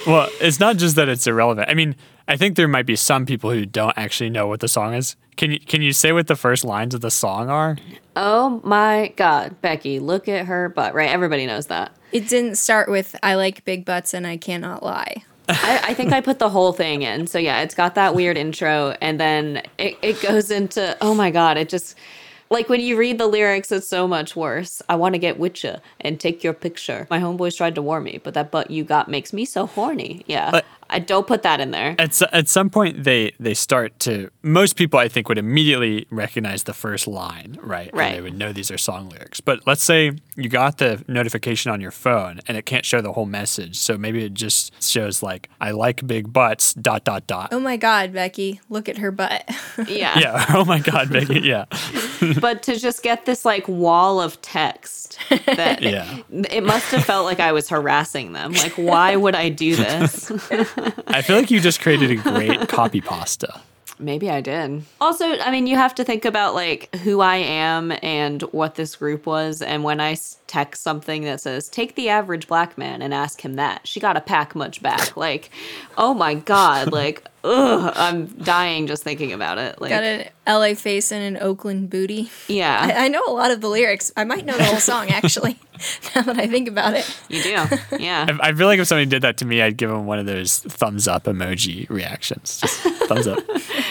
Speaker 2: Well, it's not just that it's irrelevant. I mean, I think there might be some people who don't actually know what the song is. Can you can you say what the first lines of the song are?
Speaker 3: oh my god, Becky, look at her butt. Right, everybody knows that.
Speaker 1: It didn't start with I like big butts and I cannot lie.
Speaker 3: I, I think I put the whole thing in. So yeah, it's got that weird intro, and then it, it goes into oh my god, it just like when you read the lyrics, it's so much worse. I want to get with you and take your picture. My homeboys tried to warn me, but that butt you got makes me so horny. Yeah,
Speaker 2: But-
Speaker 3: I don't put that in there.
Speaker 2: At s- at some point they they start to most people I think would immediately recognize the first line, right? And they
Speaker 3: Right.
Speaker 2: would know these are song lyrics. But let's say you got the notification on your phone and it can't show the whole message. So maybe it just shows like I like big butts dot dot dot.
Speaker 1: Oh my God, Becky, look at her butt.
Speaker 3: yeah.
Speaker 2: Yeah. Oh my God, Becky. Yeah.
Speaker 3: but to just get this like wall of text that
Speaker 2: Yeah.
Speaker 3: it must have felt like I was harassing them. Like, why would I do this?
Speaker 2: I feel like you just created a great copy pasta.
Speaker 3: Maybe I did. Also, I mean, you have to think about like who I am and what this group was. And when I s- text something that says, take the average black man and ask him that, she got a pack much back. Like, oh my God, like ugh, I'm dying just thinking about it. Like,
Speaker 1: Got an LA face and an Oakland booty.
Speaker 3: yeah,
Speaker 1: I, I know a lot of the lyrics. I might know the whole song actually. now that I think about it,
Speaker 3: you do. Yeah.
Speaker 2: I feel like if somebody did that to me, I'd give them one of those thumbs up emoji reactions. Just thumbs up.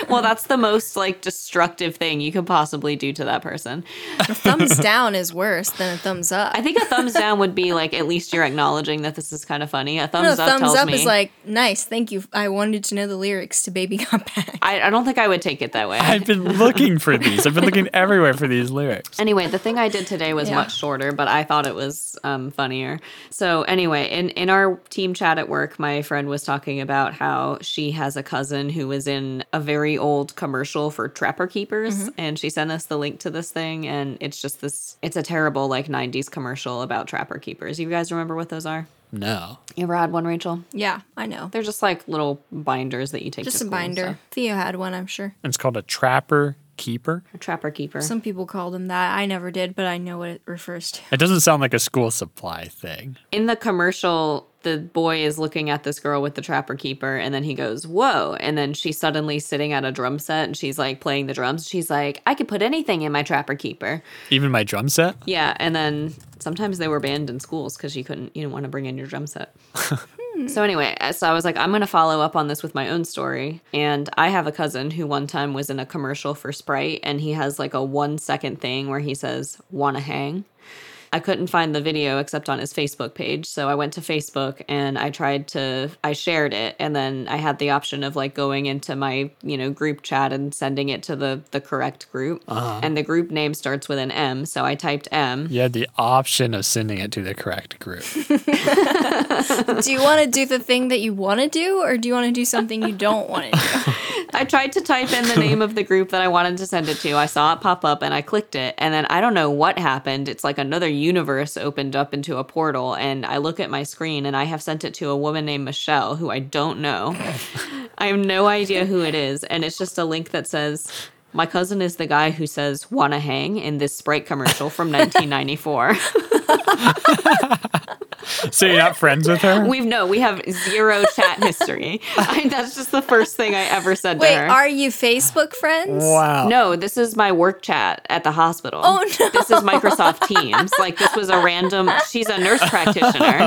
Speaker 3: Well, that's the most like destructive thing you could possibly do to that person.
Speaker 1: a thumbs down is worse than a thumbs up.
Speaker 3: I think a thumbs down would be like at least you're acknowledging that this is kind of funny.
Speaker 1: No,
Speaker 3: A thumbs up
Speaker 1: thumbs
Speaker 3: tells
Speaker 1: up
Speaker 3: me
Speaker 1: is like nice. Thank you. I wanted to know the lyrics to "Baby Got Back."
Speaker 3: I, I don't think I would take it that way.
Speaker 2: I've been looking for these. I've been looking everywhere for these lyrics.
Speaker 3: Anyway, the thing I did today was
Speaker 1: Yeah.
Speaker 3: much shorter, but I thought it was um, funnier. So anyway, in in our team chat at work, my friend was talking about how she has a cousin who was in a very old commercial for Trapper Keepers, and she sent us the link to this thing, and it's just this. It's a terrible like '90s commercial about Trapper Keepers. You guys remember what those are?
Speaker 2: No.
Speaker 3: You ever had one, Rachel?
Speaker 1: Yeah, I know.
Speaker 3: They're just like little binders that you take.
Speaker 1: Just
Speaker 3: to
Speaker 1: a
Speaker 3: school and
Speaker 1: binder.
Speaker 3: stuff.
Speaker 1: Theo had one, I'm sure.
Speaker 2: It's called a trapper keeper.
Speaker 3: A Trapper Keeper.
Speaker 1: Some people called him that. I never did, but I know what it refers to.
Speaker 2: It doesn't sound like a school supply thing.
Speaker 3: in the commercial the boy is looking at this girl with the trapper keeper and then he goes whoa and then she's suddenly sitting at a drum set and she's like playing the drums she's like i could put anything in my trapper keeper
Speaker 2: Even my drum set?
Speaker 3: yeah and then sometimes they were banned in schools because you couldn't you didn't want to bring in your drum set so anyway uh, so i was like i'm going to follow up on this with my own story and i have a cousin who one time was in a commercial for sprite and he has like a one second thing where he says wanna hang I couldn't find the video except on his Facebook page. So I went to Facebook and I tried to I shared it and then I had the option of like going into my, you know, group chat and sending it to the the correct group. And the group name starts with an M, so I typed M.
Speaker 2: You had the option of sending it to the correct group.
Speaker 1: do you want to do the thing that you want to do, or do you want to do something you don't want to do?
Speaker 3: I tried to type in the name of the group that I wanted to send it to. I saw it pop up and I clicked it. And then I don't know what happened. It's like another universe opened up into a portal. And I look at my screen and I have sent it to a woman named Michelle, who I don't know. I have no idea who it is. And it's just a link that says, My cousin is the guy who says, Wanna hang in this Sprite commercial from 1994.
Speaker 2: So you're not friends with her?
Speaker 3: We've no, we have zero chat history. I, that's just the first thing I ever said
Speaker 1: Wait,
Speaker 3: to her.
Speaker 1: are you Facebook friends?
Speaker 2: Wow.
Speaker 3: No, this is my work chat at the hospital. Oh
Speaker 1: no.
Speaker 3: This is Microsoft Teams. Like this was a random she's a nurse practitioner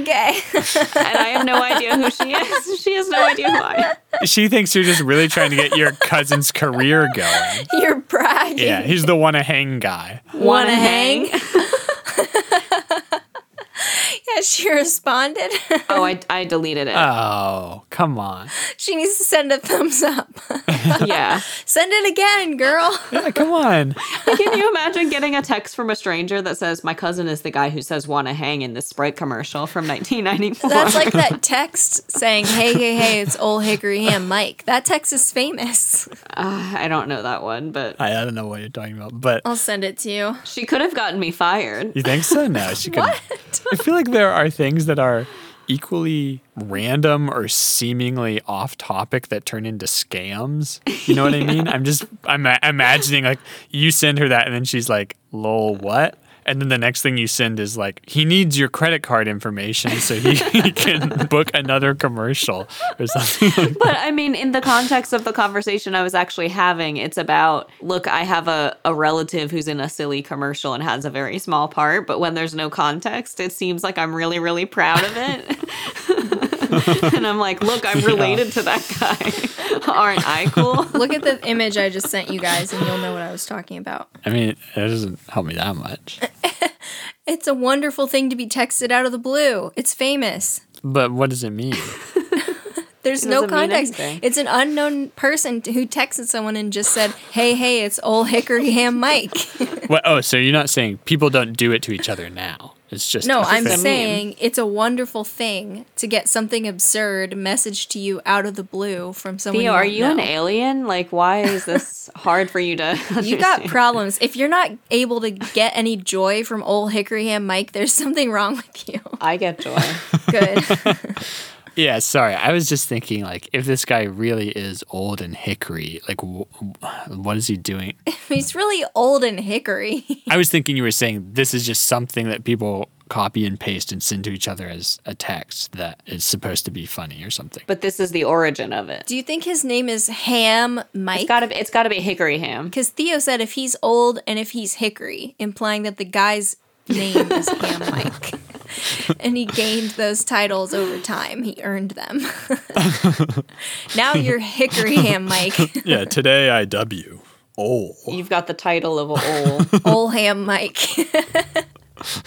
Speaker 1: Okay.
Speaker 3: and I have no idea who she is. She has no idea who I am.
Speaker 2: She thinks you're just really trying to get your cousin's career going.
Speaker 1: You're bragging.
Speaker 2: Yeah, he's the wanna hang guy.
Speaker 1: Wanna hang? Yeah, she responded.
Speaker 3: Oh, I, I deleted it.
Speaker 2: Oh, come on.
Speaker 1: she needs to send a thumbs up.
Speaker 3: yeah.
Speaker 1: Send it again, girl.
Speaker 2: Yeah, come on.
Speaker 3: Can you imagine getting a text from a stranger that says, My cousin is the guy who says wanna hang in this Sprite commercial from nineteen ninety four?
Speaker 1: That's like that text saying, "Hey, hey, hey, it's old Hickory Ham Mike." That text is famous.
Speaker 3: Ah, I don't know that one, but
Speaker 2: I, I don't know what you're talking about, but
Speaker 1: I'll send it to you.
Speaker 3: she could have gotten me fired.
Speaker 2: you think so? No, she could. I feel like there are things that are equally random or seemingly off topic that turn into scams. You know what I mean? I'm just I'm i- imagining like you send her that and then she's like, "Lol, what?" And then the next thing you send is like, "He needs your credit card information so he, he can book another commercial or something." like
Speaker 3: But I mean, in the context of the conversation I was actually having, it's about look, I have a, a relative who's in a silly commercial and has a very small part, but when there's no context, it seems like I'm really, really proud of it. and I'm like, look, I'm related to that guy. Aren't I cool?
Speaker 1: Look at the image I just sent you guys, and you'll know what I was talking about.
Speaker 2: I mean, it doesn't help me that much.
Speaker 1: It's a wonderful thing to be texted out of the blue. It's famous.
Speaker 2: But what does it mean?
Speaker 1: There's
Speaker 3: It
Speaker 1: no
Speaker 3: doesn't mean
Speaker 1: context.
Speaker 3: anything.
Speaker 1: It's an unknown person who texted someone and just said, "Hey, hey, it's old Hickory Ham Mike."
Speaker 2: What, oh, so you're not saying people don't do it to each other now? It's just
Speaker 1: No,
Speaker 2: a
Speaker 1: I'm
Speaker 2: thing.
Speaker 3: meme.
Speaker 1: saying it's a wonderful thing to get something absurd messaged to you out of the blue from someone.
Speaker 3: Theo, are
Speaker 1: don't
Speaker 3: you
Speaker 1: know.
Speaker 3: an alien? Like, why is this hard for you to?
Speaker 1: You got
Speaker 3: understand?
Speaker 1: problems. If you're not able to get any joy from old Hickory Ham Mike, there's something wrong with you.
Speaker 3: I get joy.
Speaker 1: Good.
Speaker 2: Yeah, sorry. I was just thinking, like, if this guy really is old and hickory, like, w- what is he doing?
Speaker 1: He's really old and hickory.
Speaker 2: I was thinking you were saying this is just something that people copy and paste and send to each other as a text that is supposed to be funny or something.
Speaker 3: But this is the origin of it.
Speaker 1: Do you think his name is Ham Mike?
Speaker 3: It's gotta, it's gotta be Hickory Ham.
Speaker 1: Because Theo said if he's old and if he's Hickory, implying that the guy's name is Ham Mike. and he gained those titles over time. He earned them. now you're Hickory Ham Mike.
Speaker 2: yeah, today I W. Oh.
Speaker 3: You've got the title of a old.
Speaker 1: Old Ham Mike.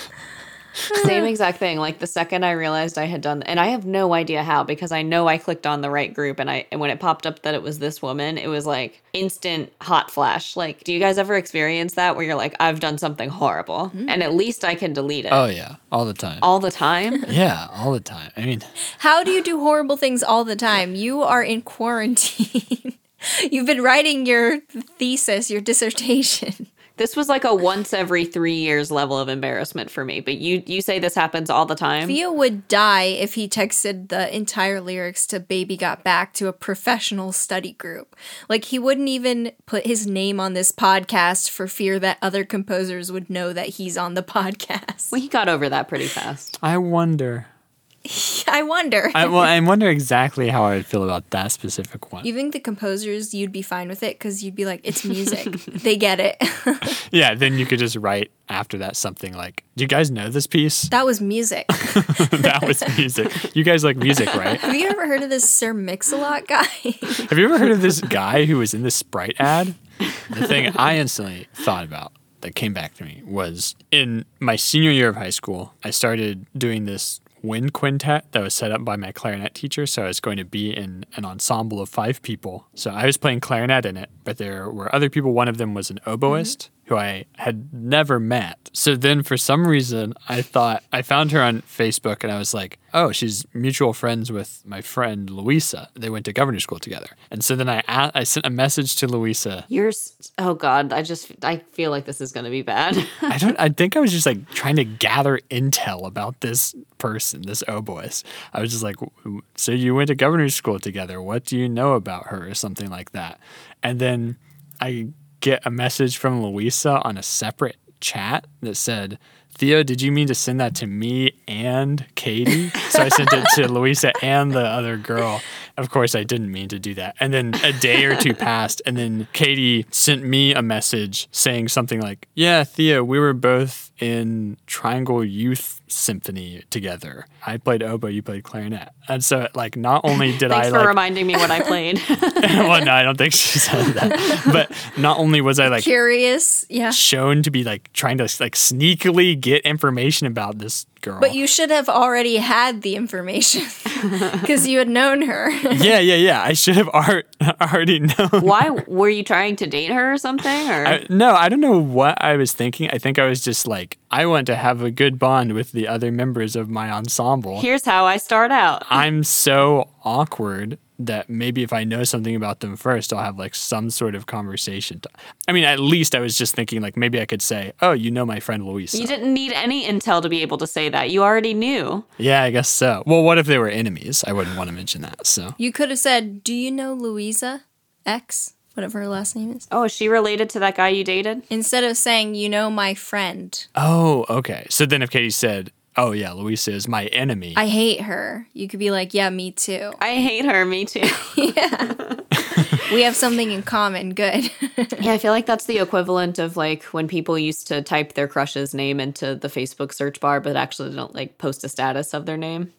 Speaker 3: Same exact thing. Like the second I realized I had done, and I have no idea how because I know I clicked on the right group, and I and when it popped up that it was this woman, it was like instant hot flash. Like, do you guys ever experience that where you're like, I've done something horrible, and at least I can delete it
Speaker 2: Oh, yeah. All the time.
Speaker 3: all the time.
Speaker 2: yeah, all the time. I mean,
Speaker 1: How do you do horrible things all the time? You are in quarantine. You've been writing your thesis, your dissertation.
Speaker 3: this was like a once every three years level of embarrassment for me. But you you say this happens all the time.
Speaker 1: Theo would die if he texted the entire lyrics to Baby Got Back to a professional study group. Like, he wouldn't even put his name on this podcast for fear that other composers would know that he's on the podcast.
Speaker 3: well, he got over that pretty fast.
Speaker 2: I wonder.
Speaker 1: I wonder.
Speaker 2: I, well, I wonder exactly how I would feel about that specific one.
Speaker 1: you think the composers, you'd be fine with it because you'd be like, it's music. they get it.
Speaker 2: Yeah, then you could just write after that something like, "Do you guys know this piece?
Speaker 1: that was music.
Speaker 2: that was music. You guys like music, right?
Speaker 1: Have you ever heard of this Sir Mix-a-Lot guy?
Speaker 2: Have you ever heard of this guy who was in this Sprite ad? The thing I instantly thought about that came back to me was in my senior year of high school, I started doing this wind quintet that was set up by my clarinet teacher. So I was going to be in an ensemble of five people. So I was playing clarinet in it, but there were other people. One of them was an oboist. Who I had never met. So then, for some reason, I thought I found her on Facebook and I was like, oh, she's mutual friends with my friend Louisa. They went to governor school together. And so then I, a- I sent a message to Louisa
Speaker 3: You're s- oh god, I just I feel like this is going to be bad.
Speaker 2: I don't. I think I was just like trying to gather intel about this person, this oboist. I was just like, "W- so you went to governor's school together. What do you know about her, or something like that? And then I get a message from Louisa on a separate chat that said, "Theo, did you mean to send that to me and Katie?" So I sent it to Louisa and the other girl. Of course, I didn't mean to do that. And then a day or two passed, and then Katie sent me a message saying something like, Yeah, Theo, we were both in Triangle Youth Symphony together. I played oboe, you played clarinet. And so, like, not only did
Speaker 3: Thanks
Speaker 2: I
Speaker 3: for
Speaker 2: like,
Speaker 3: reminding me what I played.
Speaker 2: well, no, I don't think she said that, but not only was I like
Speaker 1: Curious, yeah.
Speaker 2: shown to be like trying to like sneakily get information about this girl.
Speaker 1: But you should have already had the information because you had known her.
Speaker 2: yeah, yeah, yeah. I should have ar- already known.
Speaker 3: Why were you trying to date her or something? Or
Speaker 2: I, Uh, no, I don't know what I was thinking. I think I was just like, I want to have a good bond with the other members of my ensemble.
Speaker 3: here's how I start out.
Speaker 2: I'm so awkward that maybe if I know something about them first, I'll have like some sort of conversation. To- I mean, at least I was just thinking like maybe I could say, "Oh, you know my friend Luisa."
Speaker 3: You didn't need any intel to be able to say that. You already knew.
Speaker 2: yeah, I guess so. Well, what if they were enemies? I wouldn't want to mention that. So
Speaker 1: You could have said, Do you know Louisa X? Whatever her last name is.
Speaker 3: Oh, is she related to that guy you dated?
Speaker 1: Instead of saying, You know my friend,
Speaker 2: Oh, okay. So then if Katie said, Oh yeah, Luisa is my enemy.
Speaker 1: I hate her, you could be like, Yeah, me too.
Speaker 3: I hate her. Me too.
Speaker 1: We have something in common. Good.
Speaker 3: yeah, I feel like that's the equivalent of like when people used to type their crush's name into the Facebook search bar, but actually don't like post a status of their name.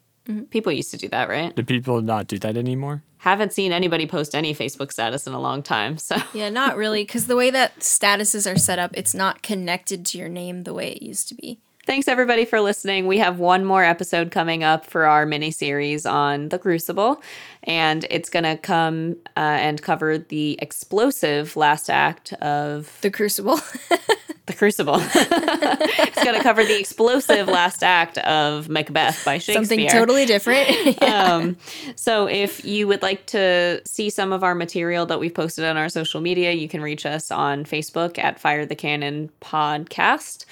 Speaker 3: People used to do that, right?
Speaker 2: Do people not do that anymore?
Speaker 3: Haven't seen anybody post any Facebook status in a long time. So
Speaker 1: yeah, not really. Because the way that statuses are set up, it's not connected to your name the way it used to be.
Speaker 3: Thanks everybody for listening. We have one more episode coming up for our mini series on the Crucible, and it's going to come uh, and cover the explosive last act of
Speaker 1: The Crucible.
Speaker 3: the Crucible. it's going to cover the explosive last act of Macbeth by Shakespeare.
Speaker 1: something totally different.
Speaker 3: Um, so if you would like to see some of our material that we've posted on our social media, you can reach us on Facebook at Fire the Cannon Podcast.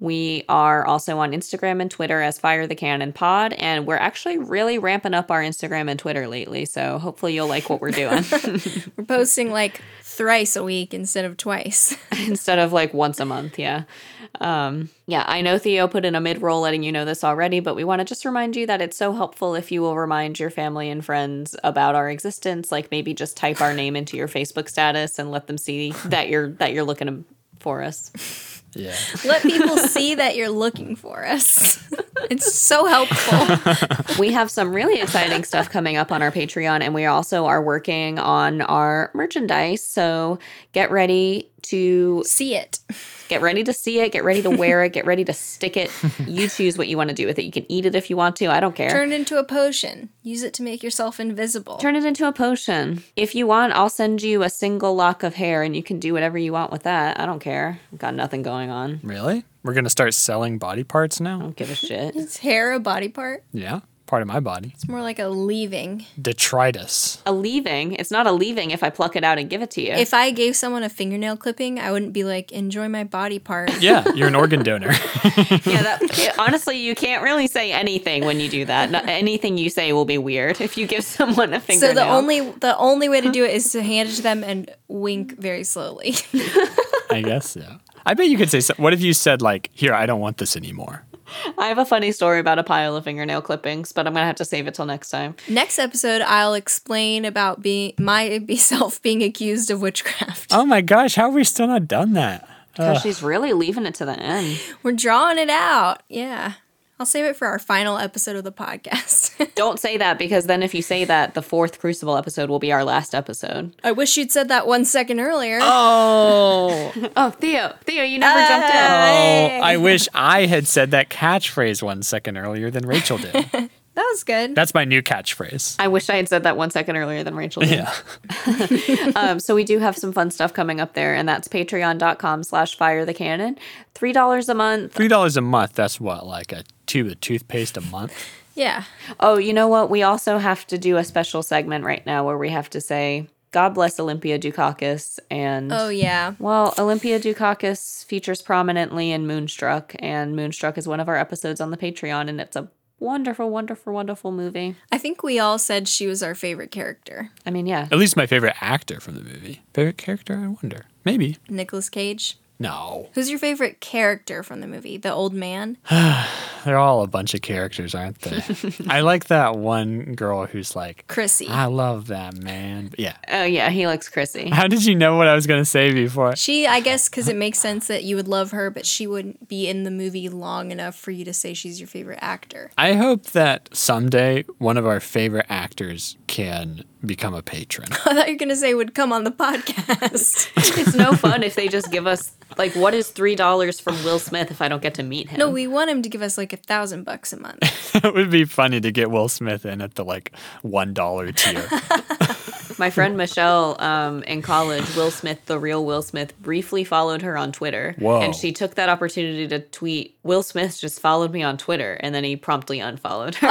Speaker 3: We are also on Instagram and Twitter as Fire the Cannon Pod, and we're actually really ramping up our Instagram and Twitter lately. So hopefully you'll like what we're doing.
Speaker 1: We're posting like thrice a week instead of twice.
Speaker 3: instead of like once a month. Yeah. Um, yeah, I know Theo put in a mid roll letting you know this already, but we want to just remind you that it's so helpful if you will remind your family and friends about our existence. Like maybe just type our name into your Facebook status and let them see that you're that you're looking for us.
Speaker 2: Yeah.
Speaker 1: Let people see that you're looking for us. It's so helpful.
Speaker 3: we have some really exciting stuff coming up on our Patreon, and we also are working on our merchandise. So get ready to
Speaker 1: See it.
Speaker 3: Get ready to see it. Get ready to wear it. Get ready to stick it. You choose what you want to do with it. You can eat it if you want to. I don't care. Turn,
Speaker 1: Turn it into a potion. Use it to make yourself invisible.
Speaker 3: it into a potion. If you want, I'll send you a single lock of hair and you can do whatever you want with that. I don't care. I've got nothing going on.
Speaker 2: Really? We're going to start selling body parts now?
Speaker 3: Don't give a shit.
Speaker 1: Is hair a body part?
Speaker 2: Yeah. Part of my body.
Speaker 1: It's more like a leaving.
Speaker 2: Detritus.
Speaker 3: A leaving. It's not a leaving if I pluck it out and give it to you.
Speaker 1: If I gave someone a fingernail clipping, I wouldn't be like, enjoy my body part.
Speaker 2: Yeah, you're an organ donor.
Speaker 3: yeah, that, yeah, honestly, you can't really say anything when you do that. Not, anything you say will be weird if you give someone a finger.
Speaker 1: So the only the only way to do it is to hand it to them and wink very slowly.
Speaker 2: I guess so. I bet you could say, so- what if you said, like, here, I don't want this anymore?
Speaker 3: I have a funny story about a pile of fingernail clippings, but I'm gonna have to save it till next time.
Speaker 1: Next episode, I'll explain about being my self being accused of witchcraft.
Speaker 2: Oh my gosh, how have we still not done that?
Speaker 3: Because she's really leaving it to the end.
Speaker 1: We're drawing it out. Yeah. I'll save it for our final episode of the podcast.
Speaker 3: Don't say that because then if you say that, the fourth Crucible episode will be our last episode.
Speaker 1: I wish you'd said that one second earlier.
Speaker 2: Oh.
Speaker 3: Oh, Theo, Theo, you never jumped in.
Speaker 2: Oh, I wish I had said that catchphrase one second earlier than Rachel did.
Speaker 1: That was good.
Speaker 2: That's my new catchphrase.
Speaker 3: I wish I had said that one second earlier than Rachel did.
Speaker 2: Yeah.
Speaker 3: um, so we do have some fun stuff coming up there, and that's patreon.com slash fire the cannon. Three dollars a month.
Speaker 2: Three dollars a month, that's what, like a tube of toothpaste a month?
Speaker 1: yeah.
Speaker 3: Oh, you know what? We also have to do a special segment right now where we have to say, God bless Olympia Dukakis. And,
Speaker 1: Oh, yeah.
Speaker 3: well, Olympia Dukakis features prominently in Moonstruck, and Moonstruck is one of our episodes on the Patreon, and it's a wonderful, wonderful, wonderful movie.
Speaker 1: I think we all said she was our favorite character.
Speaker 3: I mean, yeah.
Speaker 2: At least my favorite actor from the movie. Favorite character? I wonder. Maybe.
Speaker 1: Nicolas Cage.
Speaker 2: No.
Speaker 1: Who's your favorite character from the movie? The old man?
Speaker 2: They're all a bunch of characters, aren't they? I like that one girl who's like,
Speaker 1: Chrissy.
Speaker 2: I love that man. But yeah.
Speaker 3: Oh, yeah, he likes Chrissy.
Speaker 2: How did you know what I was going to say before?
Speaker 1: She, I guess, because it makes sense that you would love her, but she wouldn't be in the movie long enough for you to say she's your favorite actor.
Speaker 2: I hope that someday one of our favorite actors can become a patron.
Speaker 1: I thought you were going to say would come on the podcast.
Speaker 3: it's no fun if they just give us, like, what is $3 from Will Smith if I don't get to meet him?
Speaker 1: no, we want him to give us like a thousand bucks a month.
Speaker 2: it would be funny to get Will Smith in at the like $1 tier.
Speaker 3: My friend Michelle um, in college, Will Smith, the real Will Smith, briefly followed her on Twitter.
Speaker 2: Whoa.
Speaker 3: And she took that opportunity to tweet, Will Smith just followed me on Twitter. And then he promptly unfollowed her.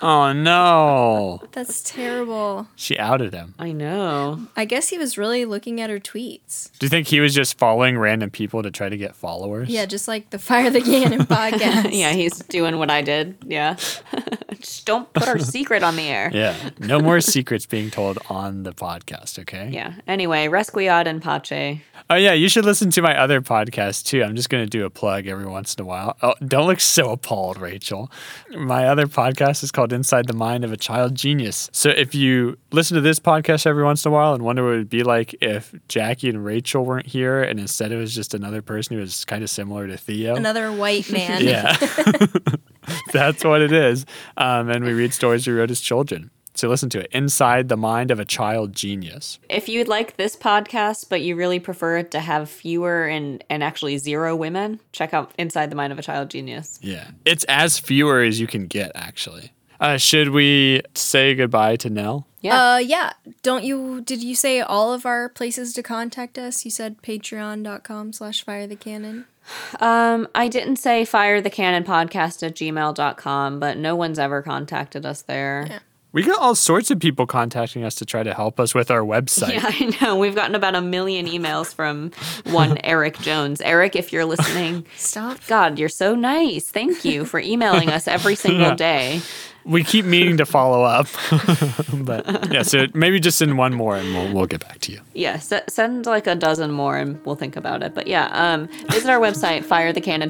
Speaker 2: oh no.
Speaker 1: That's terrible.
Speaker 2: She outed him.
Speaker 3: I know.
Speaker 1: I guess he was really looking at her tweets.
Speaker 2: Do you think he was just following random people to try to get followers?
Speaker 1: Yeah, just like the Fire the Cannon podcast.
Speaker 3: Yeah, he's doing what I did. Yeah. just don't put our secret on the air. Yeah.
Speaker 2: Yeah. No more secrets being told on the podcast, okay?
Speaker 3: Anyway, Resquiad and Pache.
Speaker 2: Oh yeah, you should listen to my other podcast too. I'm just gonna do a plug every once in a while. Oh, don't look so appalled, Rachel. My other podcast is called Inside the Mind of a Child Genius. So if you listen to this podcast every once in a while and wonder what it would be like if Jackie and Rachel weren't here and instead it was just another person who was kind of similar to Theo.
Speaker 1: Another white man.
Speaker 2: yeah. That's what it is. Um, and we read stories we wrote as children. So listen to it. Inside the Mind of a Child Genius.
Speaker 3: If you'd like this podcast, but you really prefer it to have fewer and, and actually zero women, check out Inside the Mind of a Child Genius.
Speaker 2: Yeah. It's as fewer as you can get, actually. Uh, should we say goodbye to Nell?
Speaker 3: Yeah.
Speaker 1: Uh, yeah. Don't you? Did you say all of our places to contact us? You said patreon.com slash fire the cannon.
Speaker 3: Um, I didn't say fire the cannon podcast at gmail.com, but no one's ever contacted us there. Yeah.
Speaker 2: We got all sorts of people contacting us to try to help us with our website.
Speaker 3: I know. We've gotten about a million emails from one Eric Jones. Eric, if you're listening,
Speaker 1: Stop.
Speaker 3: God, you're so nice. Thank you for emailing us every single day.
Speaker 2: we keep meaning to follow up, but yeah. So maybe just send one more, and we'll we'll get back to you.
Speaker 3: Yeah, se- send like a dozen more and we'll think about it. But yeah, um, visit our website,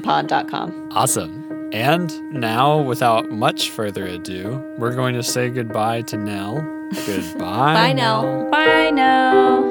Speaker 3: firethecannonpod.com.
Speaker 2: Awesome. And now, without much further ado, we're going to say goodbye to Nell. Goodbye,
Speaker 1: Bye, Nell.
Speaker 3: Bye now.